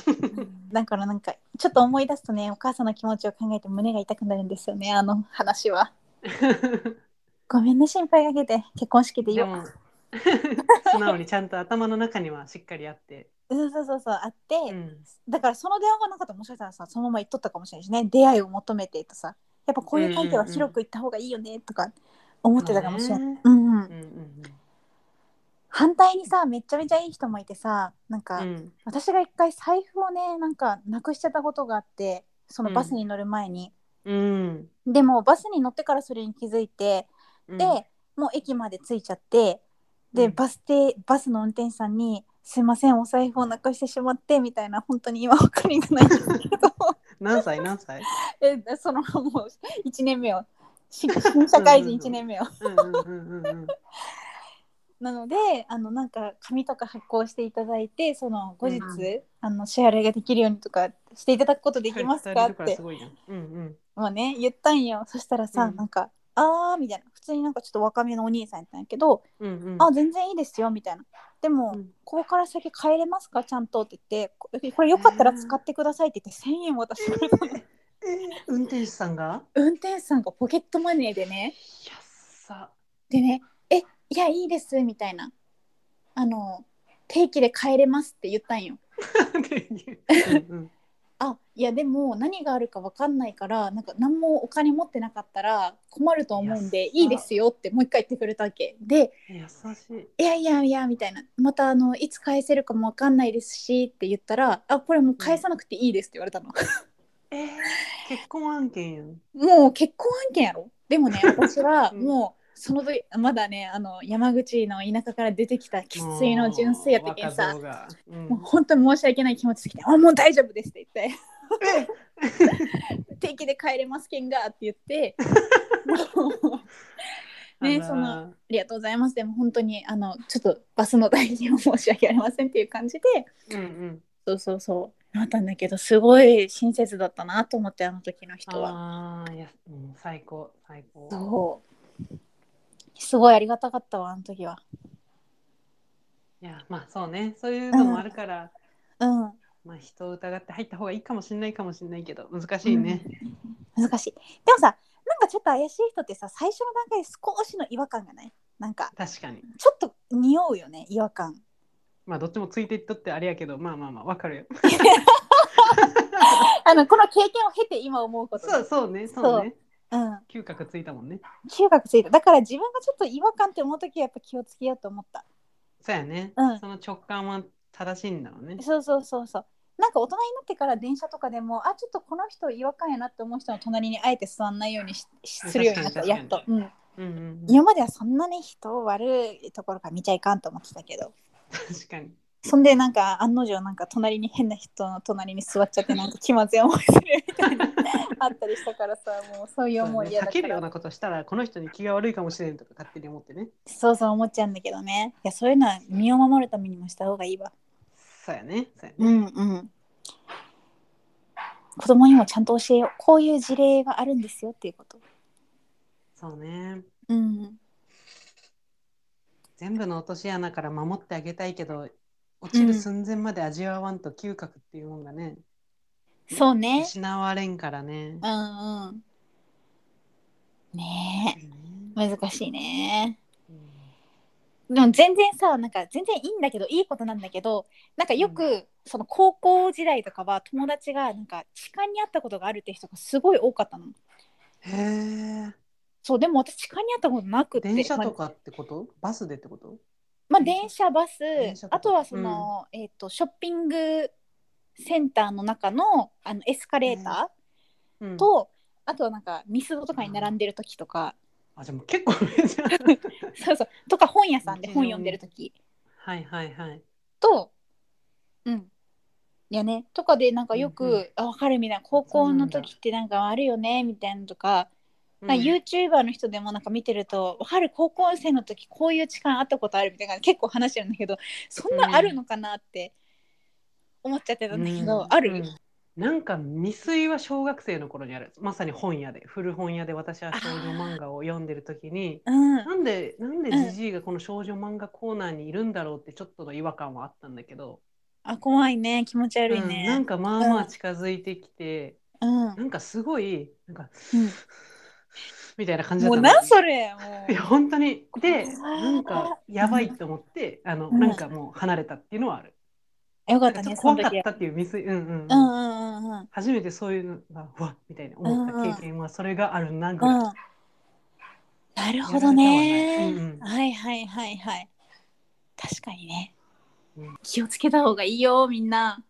だからなんかちょっと思い出すとねお母さんの気持ちを考えて胸が痛くなるんですよねあの話は。ごめんね心配かけて結婚式ででよ。も素直にちゃんと頭の中にはしっかりあって。そうそうそうそうあって、うんだからその電話がなかったらもしかしたらさそのまま言っとったかもしれないしね出会いを求めてとさやっぱこういう関係は広く行った方がいいよねとか思ってたかもしれない、ねうんうんうんうん反対にさめっちゃめちゃいい人もいてさなんか、うんうん私が一回財布をねなんかなくしちゃったことがあってそのバスに乗る前に、うんでもバスに乗ってからそれに気づいてうんで、もう駅まで着いちゃってで、うんバス停バスの運転手さんに「すいませんお財布をなくしてしまって」みたいな本当に今わかりがないんですけど。何歳何歳えそのもう1年目を新新社会人1年目をうんうんうんうんなのであのなんか紙とか発行していただいてその後日、うあの支払いができるようにとかしていただくことでできますかっらてすごいやん。うんうんもうね言ったんよそしたらさ、うんなんか「あー」みたいな普通になんかちょっと若めのお兄さんやったんやけど「うんうんあ全然いいですよ」みたいな「でも、うんここから先帰れますかちゃんと」って言ってこ「これよかったら使ってください」って言って1,000円渡してくれたの運転手さんが運転手さんがポケットマネーでねやっさ。でね「えいやいいです」みたいな「あの定期で帰れます」って言ったんよ。うんあいやでも何があるか分かんないからなんか何もお金持ってなかったら困ると思うんでいやいいですよってもう一回言ってくれたわけでうん優しい。 「いやいやいや」みたいな「またあのいつ返せるかも分かんないですし」って言ったら「あこれもう返さなくていいです」って言われたの。えー結婚案件やん。もう結婚案件やろで もね私はうんもうその時まだねあの山口の田舎から出てきた生粋の純粋やったけんさもう若造がうんもう本当に申し訳ない気持ちで来て「あもう大丈夫です」って言 って「定期で帰れますけんが」って言ってもうねあらそのりがとうございますでも本当にあのちょっとバスの代理を申し訳ありませんっていう感じでうんうんそうそうそうなったんだけどすごい親切だったなと思ってあの時の人はああいや、うん、最高最高そうすごいありがたかったわあの時はいやまあそうねそういうのもあるから、うんまあ人を疑って入った方がいいかもしれないかもしれないけど難しいね、難しいでもさなんかちょっと怪しい人ってさ最初の段階で少しの違和感がないなんか確かにちょっと匂うよね違和感まあどっちもついていっとってあれやけどまあまあまあわかるよあのこの経験を経て今思うことそうそうねそうねうん嗅覚ついたもんね中学ついただから自分がちょっと違和感って思う時はやっぱ気をつけようと思ったそうやね、うんその直感は正しいんだろうねそうそうそうそうなんか大人になってから電車とかでもあちょっとこの人違和感やなって思う人の隣にあえて座んないようにししするようになった確かやにっ確かとに、うん、うんうんうん今まではそんなに人を悪いところから見ちゃいかんと思ってたけど確かにそんでなんか案の定なんか隣に変な人の隣に座っちゃってなんか気まずい思いするみたいなあったりしたからさもうそういうそう思いね嫌だ避かけるよらうなことしたらこの人に気が悪いかもしれんとか勝手に思ってねそうそう思っちゃうんだけどねいやそういうのは身を守るためにもした方がいいわそうやねそうやうね、んうん子供にもちゃんと教えようこういう事例があるんですよっていうことそうねうん全部の落とし穴から守ってあげたいけど落ちる寸前まで味わわんと嗅覚っていうもんがね、そうね失われんからねう、んうんねうんえ難しいねうんでも全然さなんか全然いいんだけどいいことなんだけどなんかよく、その高校時代とかは友達がなんか痴漢にあったことがあるって人がすごい多かったのへえそうでも私痴漢にあったことなくて電車とまあかってことバスでってことまあ、電車バス電車とかあとはその、えっとショッピングセンターの中のあのエスカレータうんーと、あとはなんかミスドとかに並んでる時とか、あじゃあもう結構上 じゃんそうそうとか本屋さんで本読んでる時はいはいはいとうんいやねとかでなんかよく、うんうんあ分かるみたいな高校の時ってなんかあるよねみたいなのとかなんかうん YouTuber の人でもなんか見てると「わかる高校生の時こういう痴漢あったことある」みたいな結構話してるんだけどそんなあるのかなって思っちゃってたんだけど、うんある、うんなんか未遂は小学生の頃にあるまさに本屋で古本屋で私は少女漫画を読んでる時にうんなんでなんでうんじじいがこの少女漫画コーナーにいるんだろうってちょっとの違和感はあったんだけど、あ怖いね気持ち悪いうんなねん。かまあまあ近づいてきて、うんうんなんかすごいなんか、みたいな感じだっもたうのなんそれも いや本当にで怖いなんかやばいと思って、あのうんなんかもう離れたっていうのはある、うよかなっんたかちょっねそのと怖かっ時は。たっていう未遂うんううんうんん、うんうん初めてそういうのがうわっみたいな思った経験はそれがあるなぐらい、うんなるほどね、やられたはないうんうんはいはいはいはい確かにね、うん気をつけた方がいいよみんな、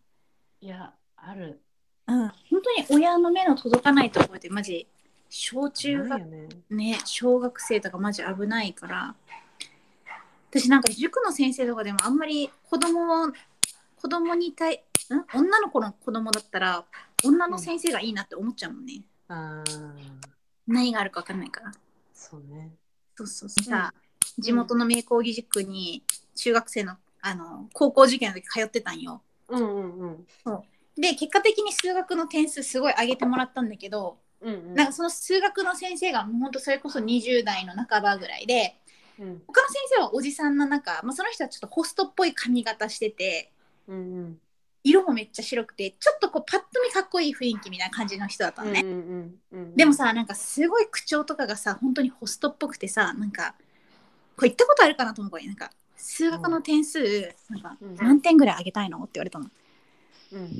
いやあるうん、本当に親の目の届かないところでマジ小中な学いよねね小学生とかマジ危ないから私なんか塾の先生とかでもあんまり子供を子供に対ん女の子の子供だったら女の先生がいいなって思っちゃうもんね、ああ何があるか分かんないからそうねそうそうそうさ、地元の名工義塾に中学生のあの高校受験の時通ってたんようんうんうんで結果的に数学の点数すごい上げてもらったんだけど、うんうんなんかその数学の先生がもうほんとそれこそ20代の半ばぐらいでうん他の先生はおじさんの中、まあ、その人はちょっとホストっぽい髪型しててうんうん色もめっちゃ白くてちょっとこうパッと見かっこいい雰囲気みたいな感じの人だったのね、うんうんうんうんでもさなんかすごい口調とかがさ本当にホストっぽくてさなんかこれ言ったことあるかなと思うなんか数学の点数、なんかうん何点ぐらい上げたいのって言われたの。うん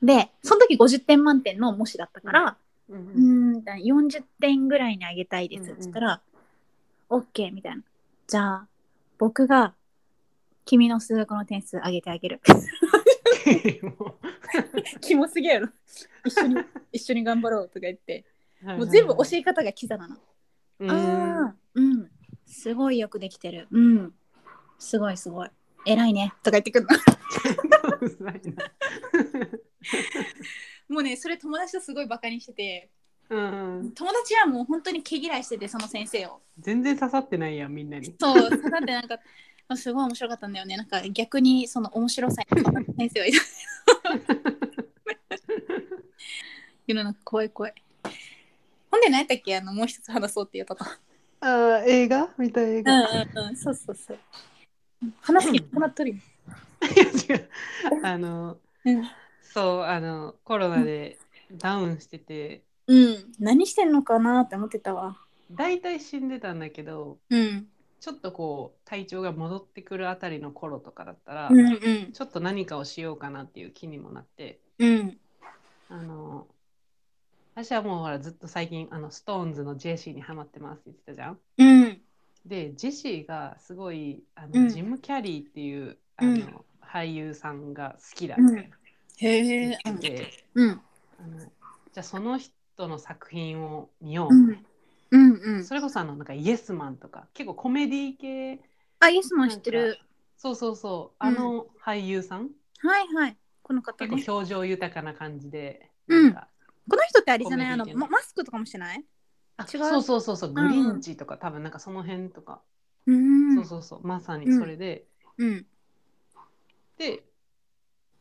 でその時50点満点の模試だったから、うんううんん、ーん40点ぐらいに上げたいですうんっうんつったら、OK みたいな。じゃあ僕が君の数学の点数上げてあげる。 キモすぎやろ。一緒 に一緒に頑張ろうとか言ってもう全部教え方がキザなの。うんああ、うん。すごいよくできてる。うん。すごいすごい。偉いね。とか言ってくる の。うざいなもうね、それ友達とすごいバカにしてて、うんうん、友達はもう本当に毛嫌いしててその先生を全然刺さってないやんみんなに。そう刺さってなんかすごい面白かったんだよねなんか逆にその面白さに先生はいた世の中怖い怖いほんで何やったっけあのもう一つ話そうって言ったとああ映画見た映うん 画。いうんうんそうそうそう話す気なくなっとるよ、や違うあのうんそうあのコロナでダウンしててうん、何してんのかなって思ってたわ。大体死んでたんだけどうん、ちょっとこう体調が戻ってくるあたりの頃とかだったら、うん、うん、ちょっと何かをしようかなっていう気にもなってうん、あの私はもうほらずっと最近あのストーンズのジェシーにハマってますって言ってたじゃん。うん、でジェシーがすごいあの、うんジム・キャリーっていうあうんの、俳優さんが好きだみたいなへ言え、ってて、うん、あのじゃあその人の作品を見よううみんたいな、、うん、うん。それこそあのなんかイエスマンとか結構コメディ系あ、イエスマン知ってる。そうそうそううんあの俳優さん、はい、はい、この方ね結。構表情豊かな感じで、うんなんかこの人ってあれじゃない、あコメディの、系まマスクとかもしてない。あ違うそうそうそうそううんうグんリンチとか、多分なんかその辺とか、う、そうんそうそうまさにそれで、うん、で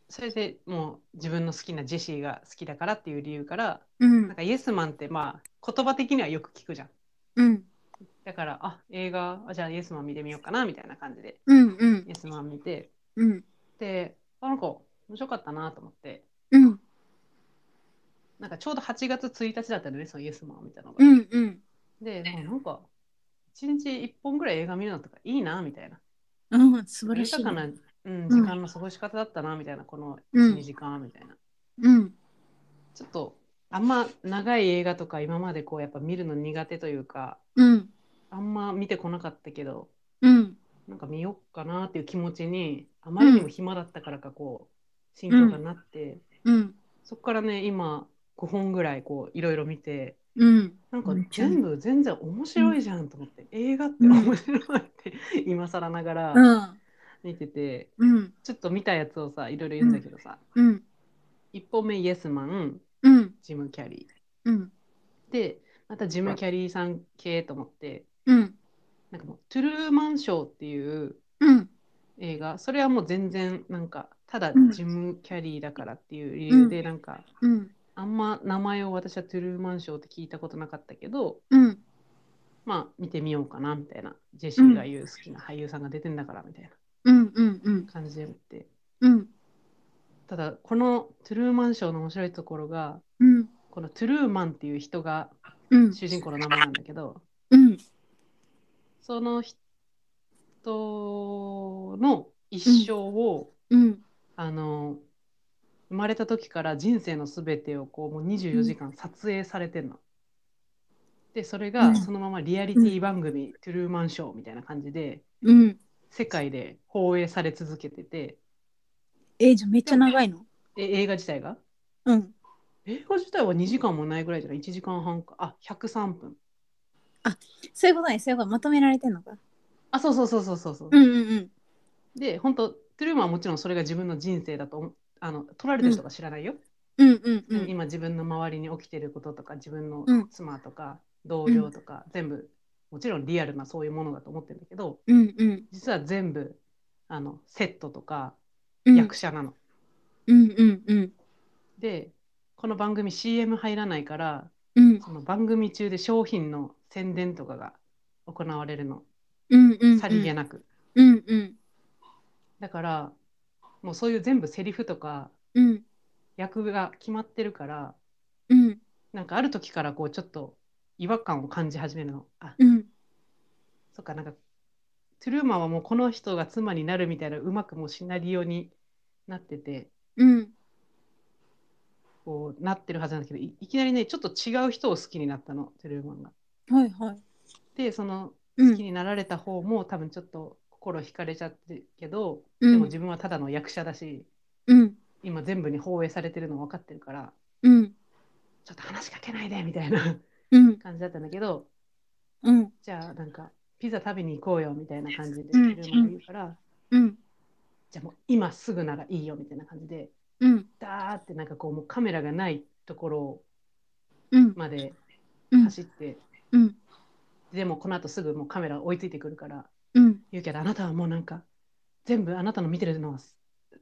それでもう自分の好きなジェシーが好きだからっていう理由からうんなん、かイエスマンってまあ言葉的にはよく聞くじゃんうん、だからあ映画あじゃあイエスマン見てみようかなみたいな感じでうん、うんイエ、スマン見てうん、であなんか面白かったなと思ってうん、なんかちょうど8月1日だったのねそのイエスマンを見たのが、うん、うん、であなんか1日1本ぐらい映画見るのとかいいなみたいなうん、素晴らしい豊。かな、うん、時間の過ごし方だったなみたいなこのうん12時間みたいな、うん、ちょっとあんま長い映画とか今までこうやっぱ見るの苦手というかうん、あんま見てこなかったけどうん、なんか見よっかなっていう気持ちにあまりにも暇だったからかこう心境がなって、うん、そこからね今5本ぐらいこういろいろ見てうん、なんかめっちゃいい全部全然面白いじゃんと思って、映画って面白いって今更ながらうん、見てて、うん、ちょっと見たやつをさいろいろ言うんだけどさ、うん、一1本目イエスマンうん、ジム・キャリうん、ーでまたジム・キャリーさん系と思ってうん、なんかもうトゥルーマンショーっていううん、映画それはもう全然なんかただうんジム・キャリーだからっていう理由でなんか、うん、あんま名前を私はトゥルーマンショーって聞いたことなかったけどうん、まあ見てみようかなみたいなジェシーが言う好きな俳優さんが出てんだからみたいうん、うん、うんな、感じで見てうん、ただこのトゥルーマンショーの面白いところがうん。このトゥルーマンっていう人がうん主人公の名前なんだけどうんその人の一生を、うんあの生まれた時から人生の全てをこうもう24時間撮影されてんの。でそれうがんそのままリアリティ番組「トゥルーマンショー」みたいな感じでうん世界で放映され続けててえじゃあめっちゃ長いのえ映画自体がうん映画自体は2時間もないぐらいじゃない1時間半かあ103分そういうことねそういうことまとめられてんのかあそうそうそうそうそうそう、うんうんうんで本当トゥルーマンはもちろんそれが自分の人生だと思あの撮られてる人が知らないよ、うんうんうん今自分の周りに起きてることとか自分のうん妻とか同僚とか、全部もちろんリアルなそういうものだと思ってるんだけどうんうん実は全部あのセットとかうん役者なの。うんうんうんでこの番組 CM 入らないからうんその番組中で商品の宣伝とかが行われるのうんうんさりげなく。うんうんだからもうそういう全部セリフとかうん役が決まってるからうんなんかある時からこうちょっと違和感を感じ始めるの。あうんそっかなんかトゥルーマンはもうこの人が妻になるみたいなうまくもうシナリオになっててうんこうなってるはずなんだけどいいきなりねちょっと違う人を好きになったのトゥルーマンが。はいはいでそのう好きんになられた方も多分ちょっと心惹かれちゃってるけど、うでもん自分はただの役者だしうん今全部に放映されてるの分かってるからうんちょっと話しかけないでみたいな うん感じだったんだけどうんじゃあなんかピザ食べに行こうよみたいな感じでトうんゥルーマンが言うから、うんじゃあもう今すぐならいいよみたいな感じで。うんダーってなんかこうもうカメラがないところをうんまでうん走って、うんでもこの後すぐもうカメラ追いついてくるからうん言うけどあなたはもうなんか全部あなたの見てるのは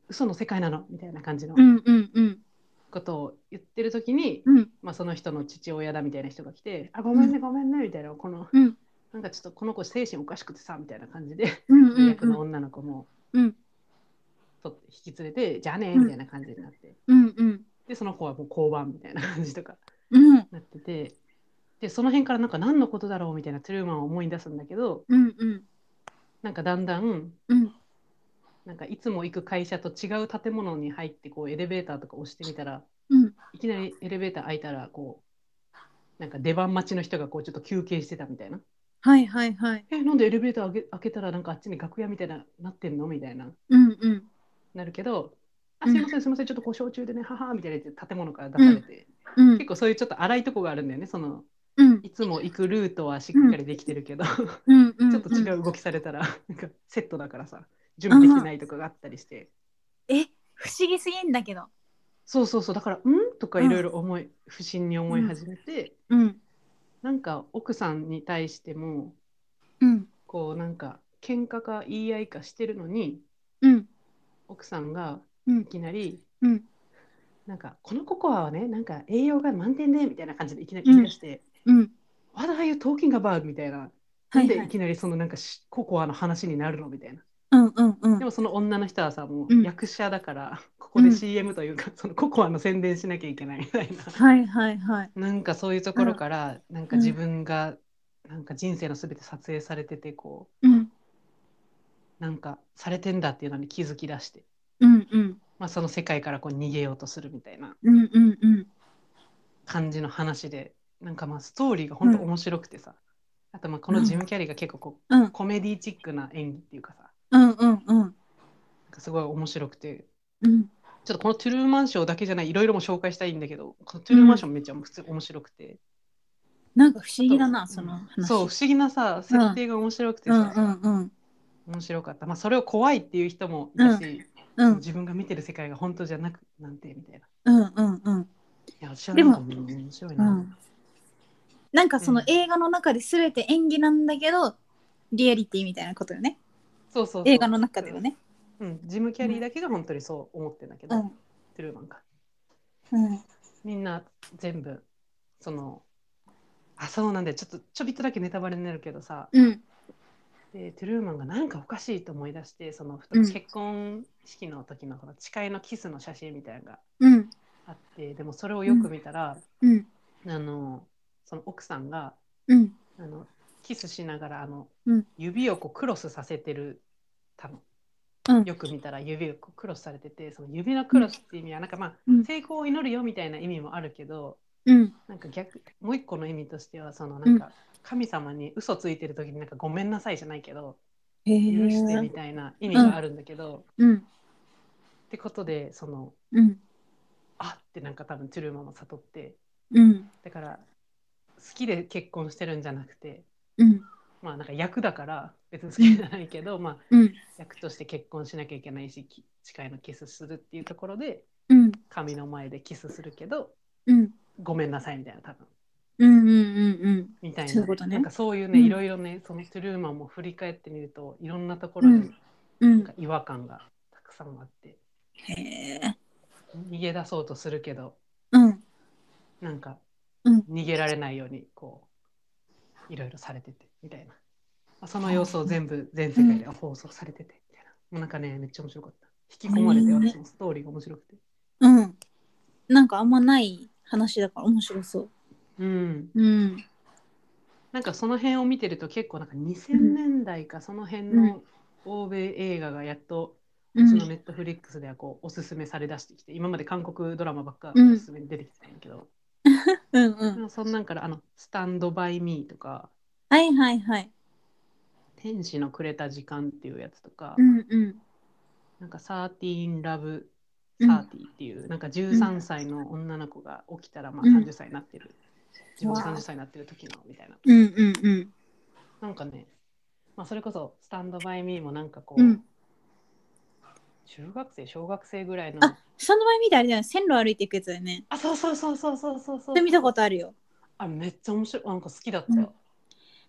嘘の世界なのみたいな感じのうんうんうんことを言ってる時に、うんまあ、その人の父親だみたいな人が来て「あごめんねごめんね」みたいなこの、うんなんかちょっとこの子精神おかしくてさみたいな感じでうんうん役の女の子もうんと引き連れて「じゃあね」みたいな感じになって、うんうんでその子はもう交番みたいな感じとかうんなっててでその辺からなんか何のことだろうみたいなトゥルーマンを思い出すんだけどうんうんなんかだんだんうんなんかいつも行く会社と違う建物に入ってこうエレベーターとか押してみたらうんいきなりエレベーター開いたらこうなんか出番待ちの人がこうちょっと休憩してたみたいなはいはいはいえなんでエレベーター開け開けたらなんかあっちに楽屋みたいななってんのみたいなうんうんなるけどあうんすいませんすいませんちょっと故障中でねははみたいなやつで建物から出されて、うん結構そういうちょっと荒いとこがあるんだよねそのうんいつも行くルートはしっかりできてるけど、うんうんちょっと違う動きされたら なんかセットだからさ準備できないとかがあったりして。え不思議すぎんだけどそうそうそうだから「ん?」とかいろいろ思い、不審に思い始めて、うんなんか奥さんに対してもうんこうなんか喧嘩か言い合いかしてるのにうん奥さんがうんいきなり、うんなんかこのココアはねなんか栄養が満点でみたいな感じでいきなり言い出してうん「What are you talking about?」みたいな。はなんいではいいきなりそのなんかしココアの話になるのみたいな。うんうんうんでもその女の人はさもううん役者だから、 ここで CM というか、 そのココアの宣伝しなきゃいけないみたいな。 はいはいはいなんかそういうところから、なんか自分が、なんか人生のすべて撮影されててこうんうなんかされてんだっていうのに気づき出して、うんうんまあ、その世界からこう逃げようとするみたいなうんうんうん感じの話でなんかまあストーリーが本当面白くてさ、あとまあこのジム・キャリーが結構こう、うんコメディチックな演技っていうかさうんうんうんなんかすごい面白くてうんちょっとこのトゥルーマンショーだけじゃないいろいろも紹介したいんだけどこのトゥルーマンショーめっちゃ普通面白くて、なんか不思議だなその話そう不思議なさ設定が面白くてうさ、んうんうん面白かった。まあ、それを怖いっていう人もいたし、うん自分が見てる世界が本当じゃなくなんてみたいな。うんうんうんいや、私はでもなんかうん面白いうな。んなんかその映画の中で全て演技なんだけどリアリティみたいなことよねそうそうそう映画の中では。ねうん、ジム・キャリーだけが本当にそう思ってんだけど、うんトゥルーマンが。うんみんな全部、その、あ、そうなんだよ。ちょっとちょびっとだけネタバレになるけどさ、うんでトゥルーマンがなんかおかしいと思い出して、その、うん結婚式の時のこの誓いのキスの写真みたいなのがうんあって、でもそれをよく見たら、うんあの、その奥さんが、うんあのキスしながらあの、うん指をこうクロスさせてるたの、うんよく見たら指をこうクロスされててその指のクロスって意味はなんかまあ、うん成功を祈るよみたいな意味もあるけどうんなんか逆もう一個の意味としてはそのなんか、神様に嘘ついてる時になんかごめんなさいじゃないけどへ許してみえたいな意味があるんだけど、っうんてことでそのうんあってなんか多分トゥルーマンも悟ってうんだから好きで結婚してるんじゃなくてうんまあなんか役だから別に好きじゃないけど、まあうん役として結婚しなきゃいけないしき誓いのキスするっていうところでうん神の前でキスするけどうんごめんなさいみたいな多分うんうんうんみたいなそういうことねなんかそういうね、うんいろいろねそのトゥルーマンも振り返ってみるといろんなところにうなんんか違和感がたくさんあって、へえ逃げ出そうとするけどうんなんかうん逃げられないようにこういろいろされててみたいな、まあ、その様子を全部全世界で放送されててみたいな、もうなんかねめっちゃ面白かった引き込まれてうん私もストーリーが面白くて。うんなんかあんまない話だから面白そうんううんなんかその辺を見てると結構なんか2000年代かその辺の欧米映画がやっとうそのんネットフリックスではこうおすすめされだしてきて今まで韓国ドラマばっかうんおすすめに出てきてたんだけど、うんうんそんなんからあの「スタンド・バイ・ミー」とかはいはいはい「天使のくれた時間」っていうやつとか、うんうんなんか「サーティーン・ラブ・うんサーティー」っていう、なんか13歳の女の子が起きたらまあうん30歳になってる、自分が30歳になってる時のみたいなうんうんうんなんかね、まあ、それこそ「スタンド・バイ・ミー」もなんかこう、うん中学生小学生ぐらいのあその前見てあれだよね線路歩いていくやつだよねあそうそうそうそうそうそうそそれ見たことあるよあめっちゃ面白いなんか好きだった、うん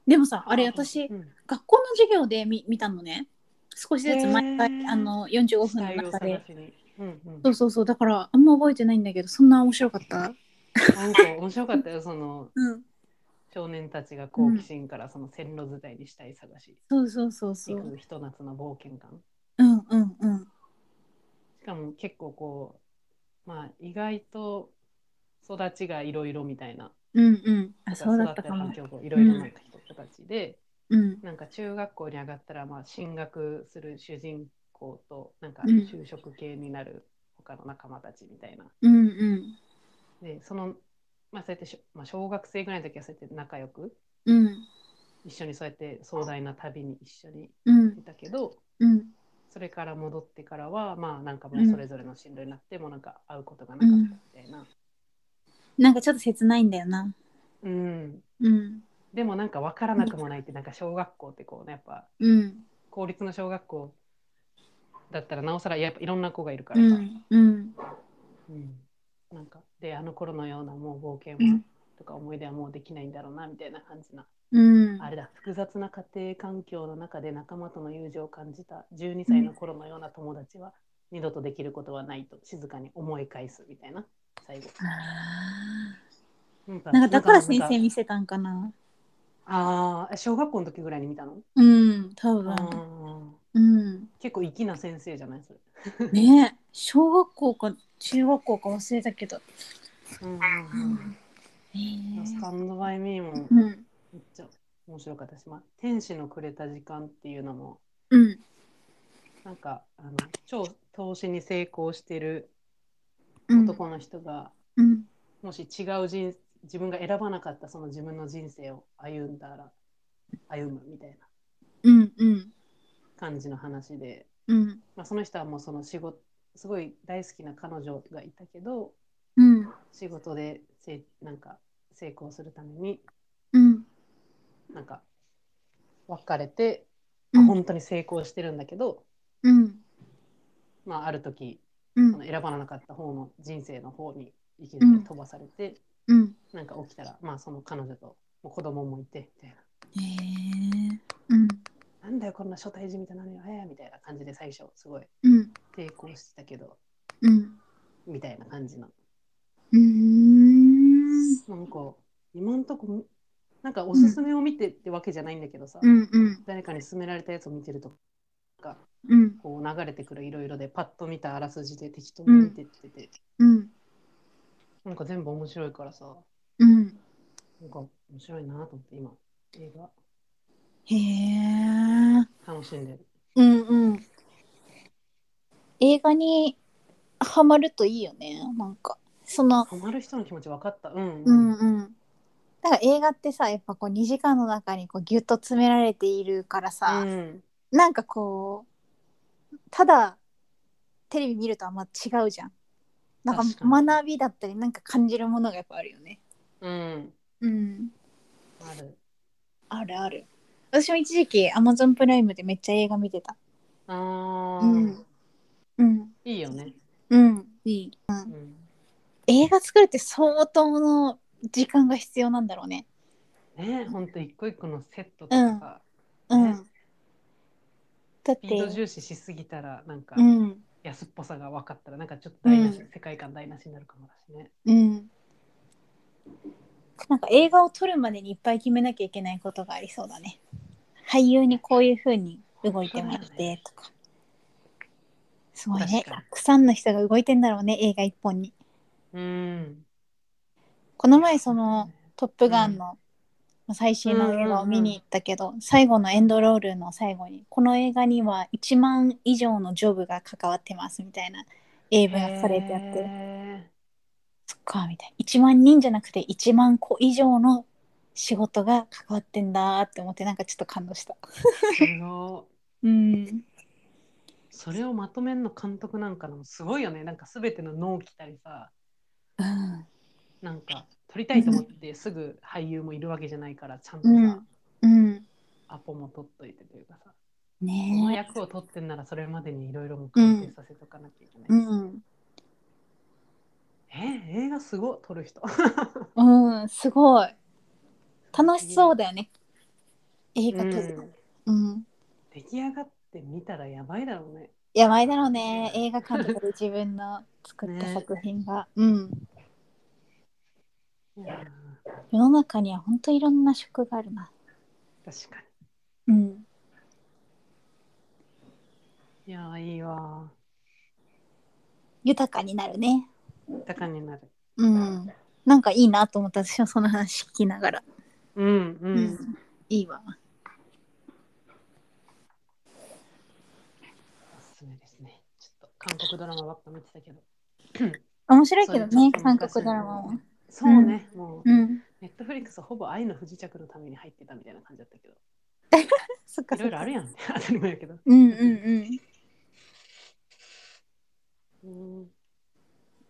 でもさあれうん私うん学校の授業で見見たのね少しずつ毎回へーあの45死分の体を中で探しにうんうそんうそうそうだからあんま覚えてないんだけどそんな面白かったなんか面白かったよそのうん少年たちが好奇心からその線路伝いに死体探しそうそうそうそ行うくひと夏の冒険感うんうんうんしかも結構こうまあ意外と育ちがいろいろみたいなうんうんあそうだったか育もてる環境もいろいろな人たちで、うんなんか中学校に上がったらまあ進学する主人公となんかうん就職系になる他の仲間たちみたいな、うんうんでそのまあそうやってしょ、まあ、小学生ぐらいの時はそうやって仲良くうん一緒にそうやって壮大な旅に一緒にうんいたけどうんそれから戻ってからはまあなんかもうそれぞれの進路になってもうなんか会うことがなかったみたいな、なんかちょっと切ないんだよなうん、うんでもなんか分からなくもないってなんか小学校ってこうねやっぱうん公立の小学校だったらなおさらやっぱいろんな子がいるかうらさ、んうんうんなんかであの頃のようなもう冒険うはんとか思い出はもうできないんだろうなみたいな感じな、うんあれだ複雑な家庭環境の中で仲間との友情を感じた12歳の頃のような友達は二度とできることはないと静かに思い返すみたいな最後あなんかーなんかだから先なんか生見せたんかなああ小学校の時ぐらいに見たの、うん多分あーうん結構粋な先生じゃないそれ、ね小学校か中学校か忘れたけどうんうんへうんスタンドバイミーもうんめっちゃ面白かったし、まあ、天使のくれた時間っていうのも、うんなんか、あの超投資に成功してるうん男の人が、うんもし違う人、自分が選ばなかったその自分の人生を歩んだら、歩むみたいなうんうん感じの話で、うんまあ、その人はもうその仕事、すごい大好きな彼女がいたけど、うん仕事でせなんか成功するために、うんなんか別れて、うまあん本当に成功してるんだけど、うんまあ、ある時うんその選ばなかった方の人生の方にいきうなりん飛ばされて、うんなんか起きたら、まあ、その彼女ともう子供もいてみたいな。へえうんなんだよこんな初対人みたいなのよ、あやみたいな感じで最初すごいうん抵抗してたけどうんみたいな感じの、うーんなんか今んとこなんかおすすめを見てってわけじゃないんだけどさ、うんうん誰かに勧められたやつを見てるとなんかうんこう流れてくるいろいろでパッと見たあらすじで適当に見てってて、うんなんか全部面白いからさうんなんか面白いなと思って今映画へえ楽しんでる。うんうん映画にハマるといいよねなんかそのハマる人の気持ち分かった。うん。うんうんだから映画ってさやっぱこう2時間の中にこうギュッと詰められているからさ、うんなんかこうただテレビ見るとあんま違うじゃんなん確かかに学びだったりなんか感じるものがやっぱあるよねうん。うんある。あるある私も一時期 Amazon プライムでめっちゃ映画見てたああ、うんうんいいよね。うんいいうん。映画作るって相当の時間が必要なんだろうねねほんと一個一個のセットとか、うんねだっスピードて重視しすぎたら、なんかうん安っぽさが分かったら、なんかちょっと台無し、う世界観台無しになるかもだしね。うんなんか映画を撮るまでにいっぱい決めなきゃいけないことがありそうだね俳優にこういうふうに動いてもらってとかすごいね確かたにくさんの人が動いてんだろうね映画一本にうん。この前その「トップガン」の最新の映画を見に行ったけど、最後のエンドロールの最後にこの映画には1万以上のジョブが関わってますみたいな英文がされてあってへそっかみたいな1万人じゃなくて1万個以上の仕事が関わってんだって思ってなんかちょっと感動したー。すごういんそれをまとめんの監督なんかのもすごいよね。なんか全ての脳来たりさ、うんなんか撮りたいと思ってすぐ俳優もいるわけじゃないから、ちゃんとさ、うんうんアポも取っといてというかさ。そのね役を取ってんならそれまでにいろいろも完成させとかなきゃいけない。えうんえ映画すごい撮る人。うんすごい楽しそうだよね映 画撮るのうんうん出来上がってみたらやばいだろうね。やばいだろうね映画監督で自分の作ったね作品が、うんいや世の中には本当いろんな職があるなー確かうんに。いやーいいわ豊かになるねー。豊かになる。うんなんかいいなと思った私はその話聞きながらうんう。うんいいわおすすめですね。ちょっと韓国ドラマばっか見てたけど。面白いけどそういねうちょっと韓国ドラマもそうね、もう、うんネットフリックスほぼ愛の不時着のために入ってたみたいな感じだったけど、そっかいろいろあるやん、当たり前やけど。うんうんうんうん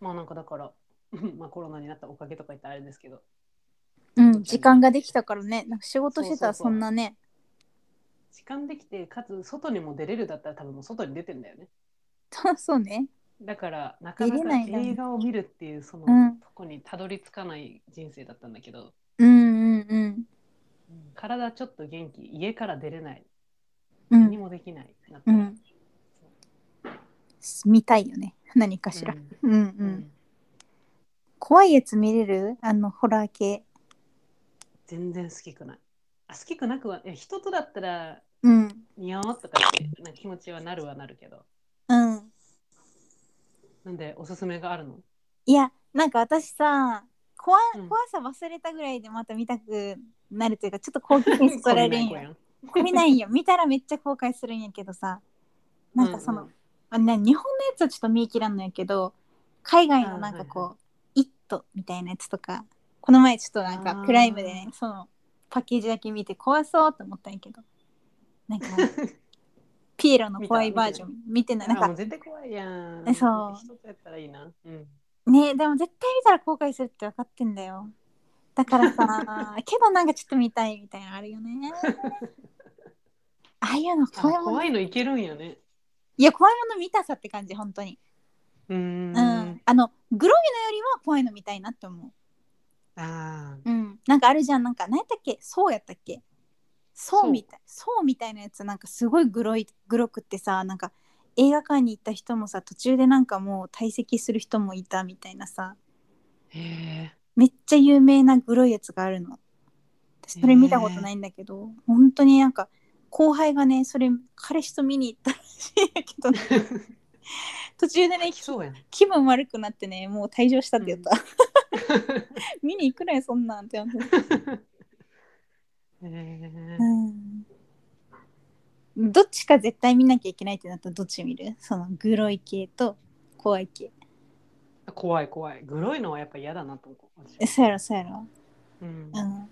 まあなんかだから、 うんまあコロナになったおかげとか言ったらあれですけど、うん、時間ができたからねなんか仕事してたらそんなね 時間できて、かつ外にも出れるだったら多分もう外に出てんだよね。そうそうねだから、なかな出れかないだろうね映画を見るっていう、その、うんとこにたどり着かない人生だったんだけど、うんうん体ちょっと元気、家から出れない、うんう何んもできない、なったうらん見たいよね何かしら、うんうん、うんうん怖いやつ見れるあのホラー系全然好きくない。あ好きくなくは、いや人とだったら、うんにゃーとかってなんか気持ちはなるはなるけど。うんなんで、おすすめがあるのいやなんか私さ怖うん怖さ忘れたぐらいでまた見たくなるというかちょっと好奇心そそられるんよ。ん。見ない んよ見たらめっちゃ後悔するんやけどさなんかその、うんうんあね、日本のやつはちょっと見切らんのやけど海外のなんかこう「あはいイット!」みたいなやつとかこの前ちょっとなんあかープライムでねそのパッケージだけ見て怖そうと思ったんやけどなん かピエロの怖いバージョン見てないなんあもかう絶対怖いやん。えそう人とやったらいいな。うん。ねでも絶対見たら後悔するって分かってんだよだからさ けどなんかちょっと見たいみたいなのあるよねああいうのあ怖いもの怖いのいけるんやね。いや怖いもの見たさって感じ本当にうーうんん、あのグロいのよりは怖いの見たいなって思あう、うん、なんかあるじゃんなんか何やったっけそうやったっけそうみたいそうみたいなやつなんかすごいグロいグロくってさなんか映画館に行った人もさ途中でなんかもう退席する人もいたみたいなさー。へめっちゃ有名なグロいやつがあるの私それ見たことないんだけど、本当になんか後輩がねそれ彼氏と見に行ったらしいんやけど、ね、え。 途中でねできそうやん。 気分悪くなってねもう退場したって言った、 見に行くなよそんなんって思ってへえ。うんどっちか絶対見なきゃいけないってなったらどっち見るそのグロい系と怖い系怖い怖い。グロいのはやっぱ嫌だなと思う。私えそうやろそうやろうんうん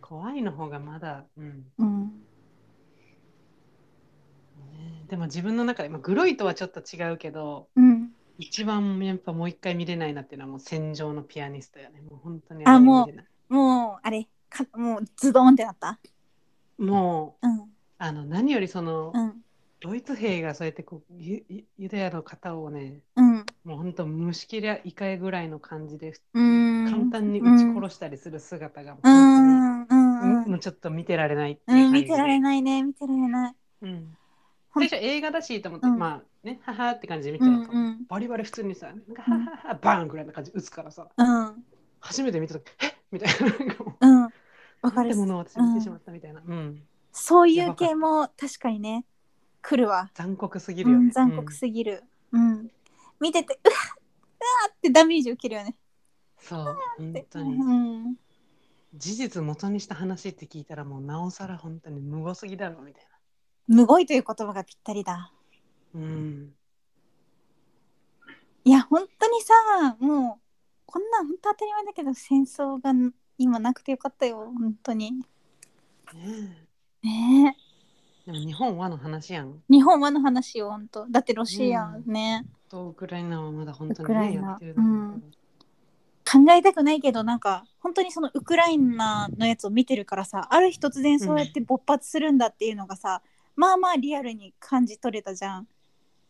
怖いの方がまだ。うん。うんねでも自分の中で、まあ、グロいとはちょっと違うけどうん一番やっぱもう一回見れないなっていうのはもう戦場のピアニストやねもう本当にあれもう見れないもうあれかもうズドンってなったもううんあの何よりその、うんドイツ兵がそうやってこうユユユダヤの方をねうんもう本当虫切りやイカえぐらいの感じでうん簡単に撃ち殺したりする姿がもうう本んうん当うにんうんもうちょっと見てられないってうんいう感じ見でてられないね見てられないうん最初映画だしと思って、うんまあねははって感じで見うてたらんさ、うんバリバリ普通にさなんかはははバーンぐらいな感じで撃つからさうん初めて見た時「えっ!」みたいななんかもううんわかなんるてものを私見てしまったみたいな、うんそういう系も確かにね来るわ残酷すぎるよね、うん、残酷ぎる、すぎる、うん見ててうわっうわっってダメージ受けるよねそう本当うにん、事実元にした話って聞いたらもうなおさら本当に無謀すぎだろうみたいむごいという言葉がぴったりだなうんいや本当にさもうこんなん本当当たり前だけど戦争が今なくてよかったよ本当にねねええでも日本はの話やん日本はの話よ本当だってロシアね、とウクライナはまだ本当ウにクラねイナやってるだろうけど考えたくないけどなんか本当にそのウクライナのやつを見てるからさある日突然そうやって勃発するんだっていうのがさ、まあまあリアルに感じ取れたじゃん。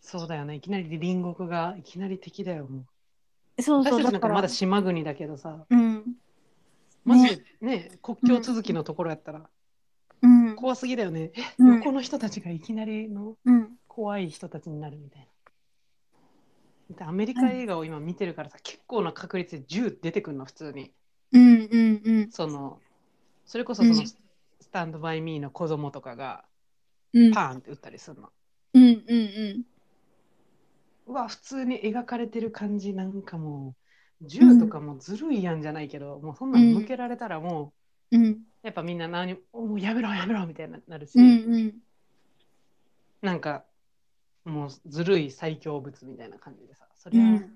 そうだよね。いきなり隣国がいきなり敵だよ。もうそう私そうたちなだんかからまだ島国だけどさ、うんマジでね国境続きのところやったらうん怖すぎだよね。えうん横の人たちがいきなりのうん怖い人たちになるみたいな。でアメリカ映画を今見てるからさ、結構な確率で銃出てくるの普通に。うんうんうんそのそれこそその、うんスタンドバイミーの子供とかがうんパーンって撃ったりするの。うんうんうわ普通に描かれてる感じなんかもう銃とかもずるいやんじゃないけど、もうそんなの向けられたらもうんうんうやっぱみんな何おもうやめろやめろみたいになるし、うんうんなんかもうずるい最強物みたいな感じでさそれうはん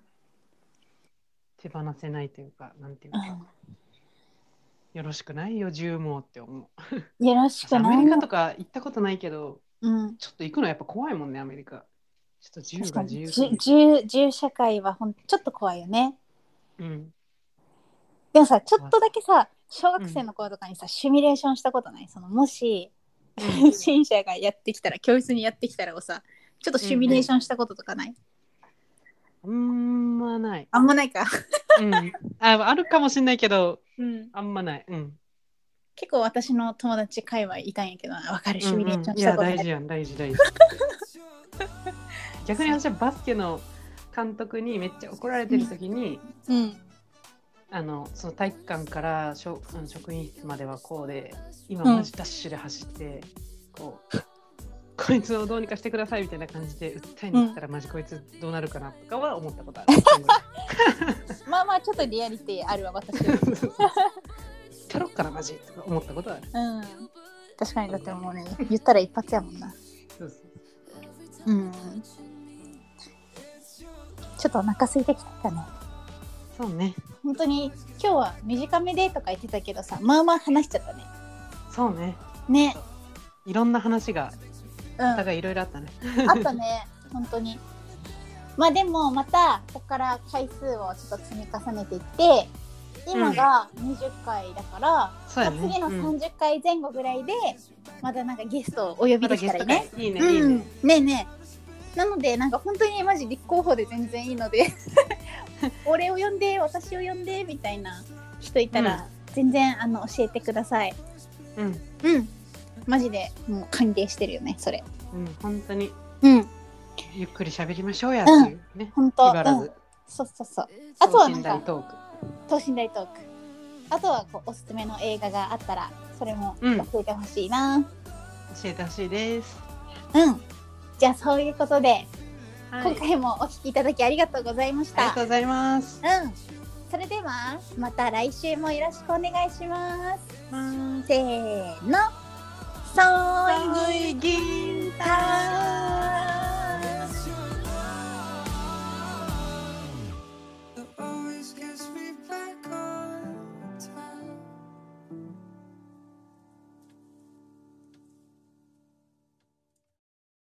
手放せないというか、なんていうか、よろしくないよ銃もって思うよろしくアなメリカといか行ったことないけどうんちょっと行くのやっぱ怖いもんねアメリカちょっと銃確がか自由にすぎ銃る銃銃社会はほんちょっと怖いよねうんでもさちょっとだけさ小学生の頃とかにさ、シミュレーションしたことないそのもしうん不審者がやってきたら教室にやってきたらをさちょっとシミュレーションしたこととかない、あんまない、あんまないか、うん、ああるかもしれないけどうん、あんまないうん結構私の友達界隈いたんやけどなわかるシミュレーションいしたやことない、大事やん大事大事逆に私はバスケの監督にめっちゃ怒られてる時に、うんあのその体育館からしょあの職員室まではこうで今マジダッシュで走って、こうこいつをどうにかしてくださいみたいな感じで訴えに行ったら、マジこいつどうなるかなとかは思ったことあるまあまあちょっとリアリティあるわ私キャロッかなマジとか思ったことあるうん確かにだってもうね言ったら一発やもんなそうそううんちょっとお腹空いてきたねそうね本当に今日は短めでとか言ってたけどさまあまあ話しちゃったねそうねねいろんな話が うんお互いいろいろあったねあったね本当にまあでもまたここから回数をちょっと積み重ねていって今が20回だから、そうやねまあ次のうん30回前後ぐらいでまたなんかゲストをお呼びまたできゲたスらいトいね会。いいね、いいうん、ねね。えねえなのでなんか本当にマジ立候補で全然いいの で俺を呼んで私を呼んでみたいな人いたら全然、あの教えてくださいうん、うんマジでもう歓迎してるよねそれうん、本当にうんゆっくり喋りましょうやっていうね。本当気張らうんず、そうそうそうあ等とはな身んか大トーク。等身大トークあとはこうおすすめの映画があったらそれもうん教えてほしいなうん、教えてほしいです。じゃあそういうことで、はい、あ今り回もお聞きいただきありがとうございましがたとうございます。うんそれではまた来週もよろしくお願いしますせーのソイ銀タウン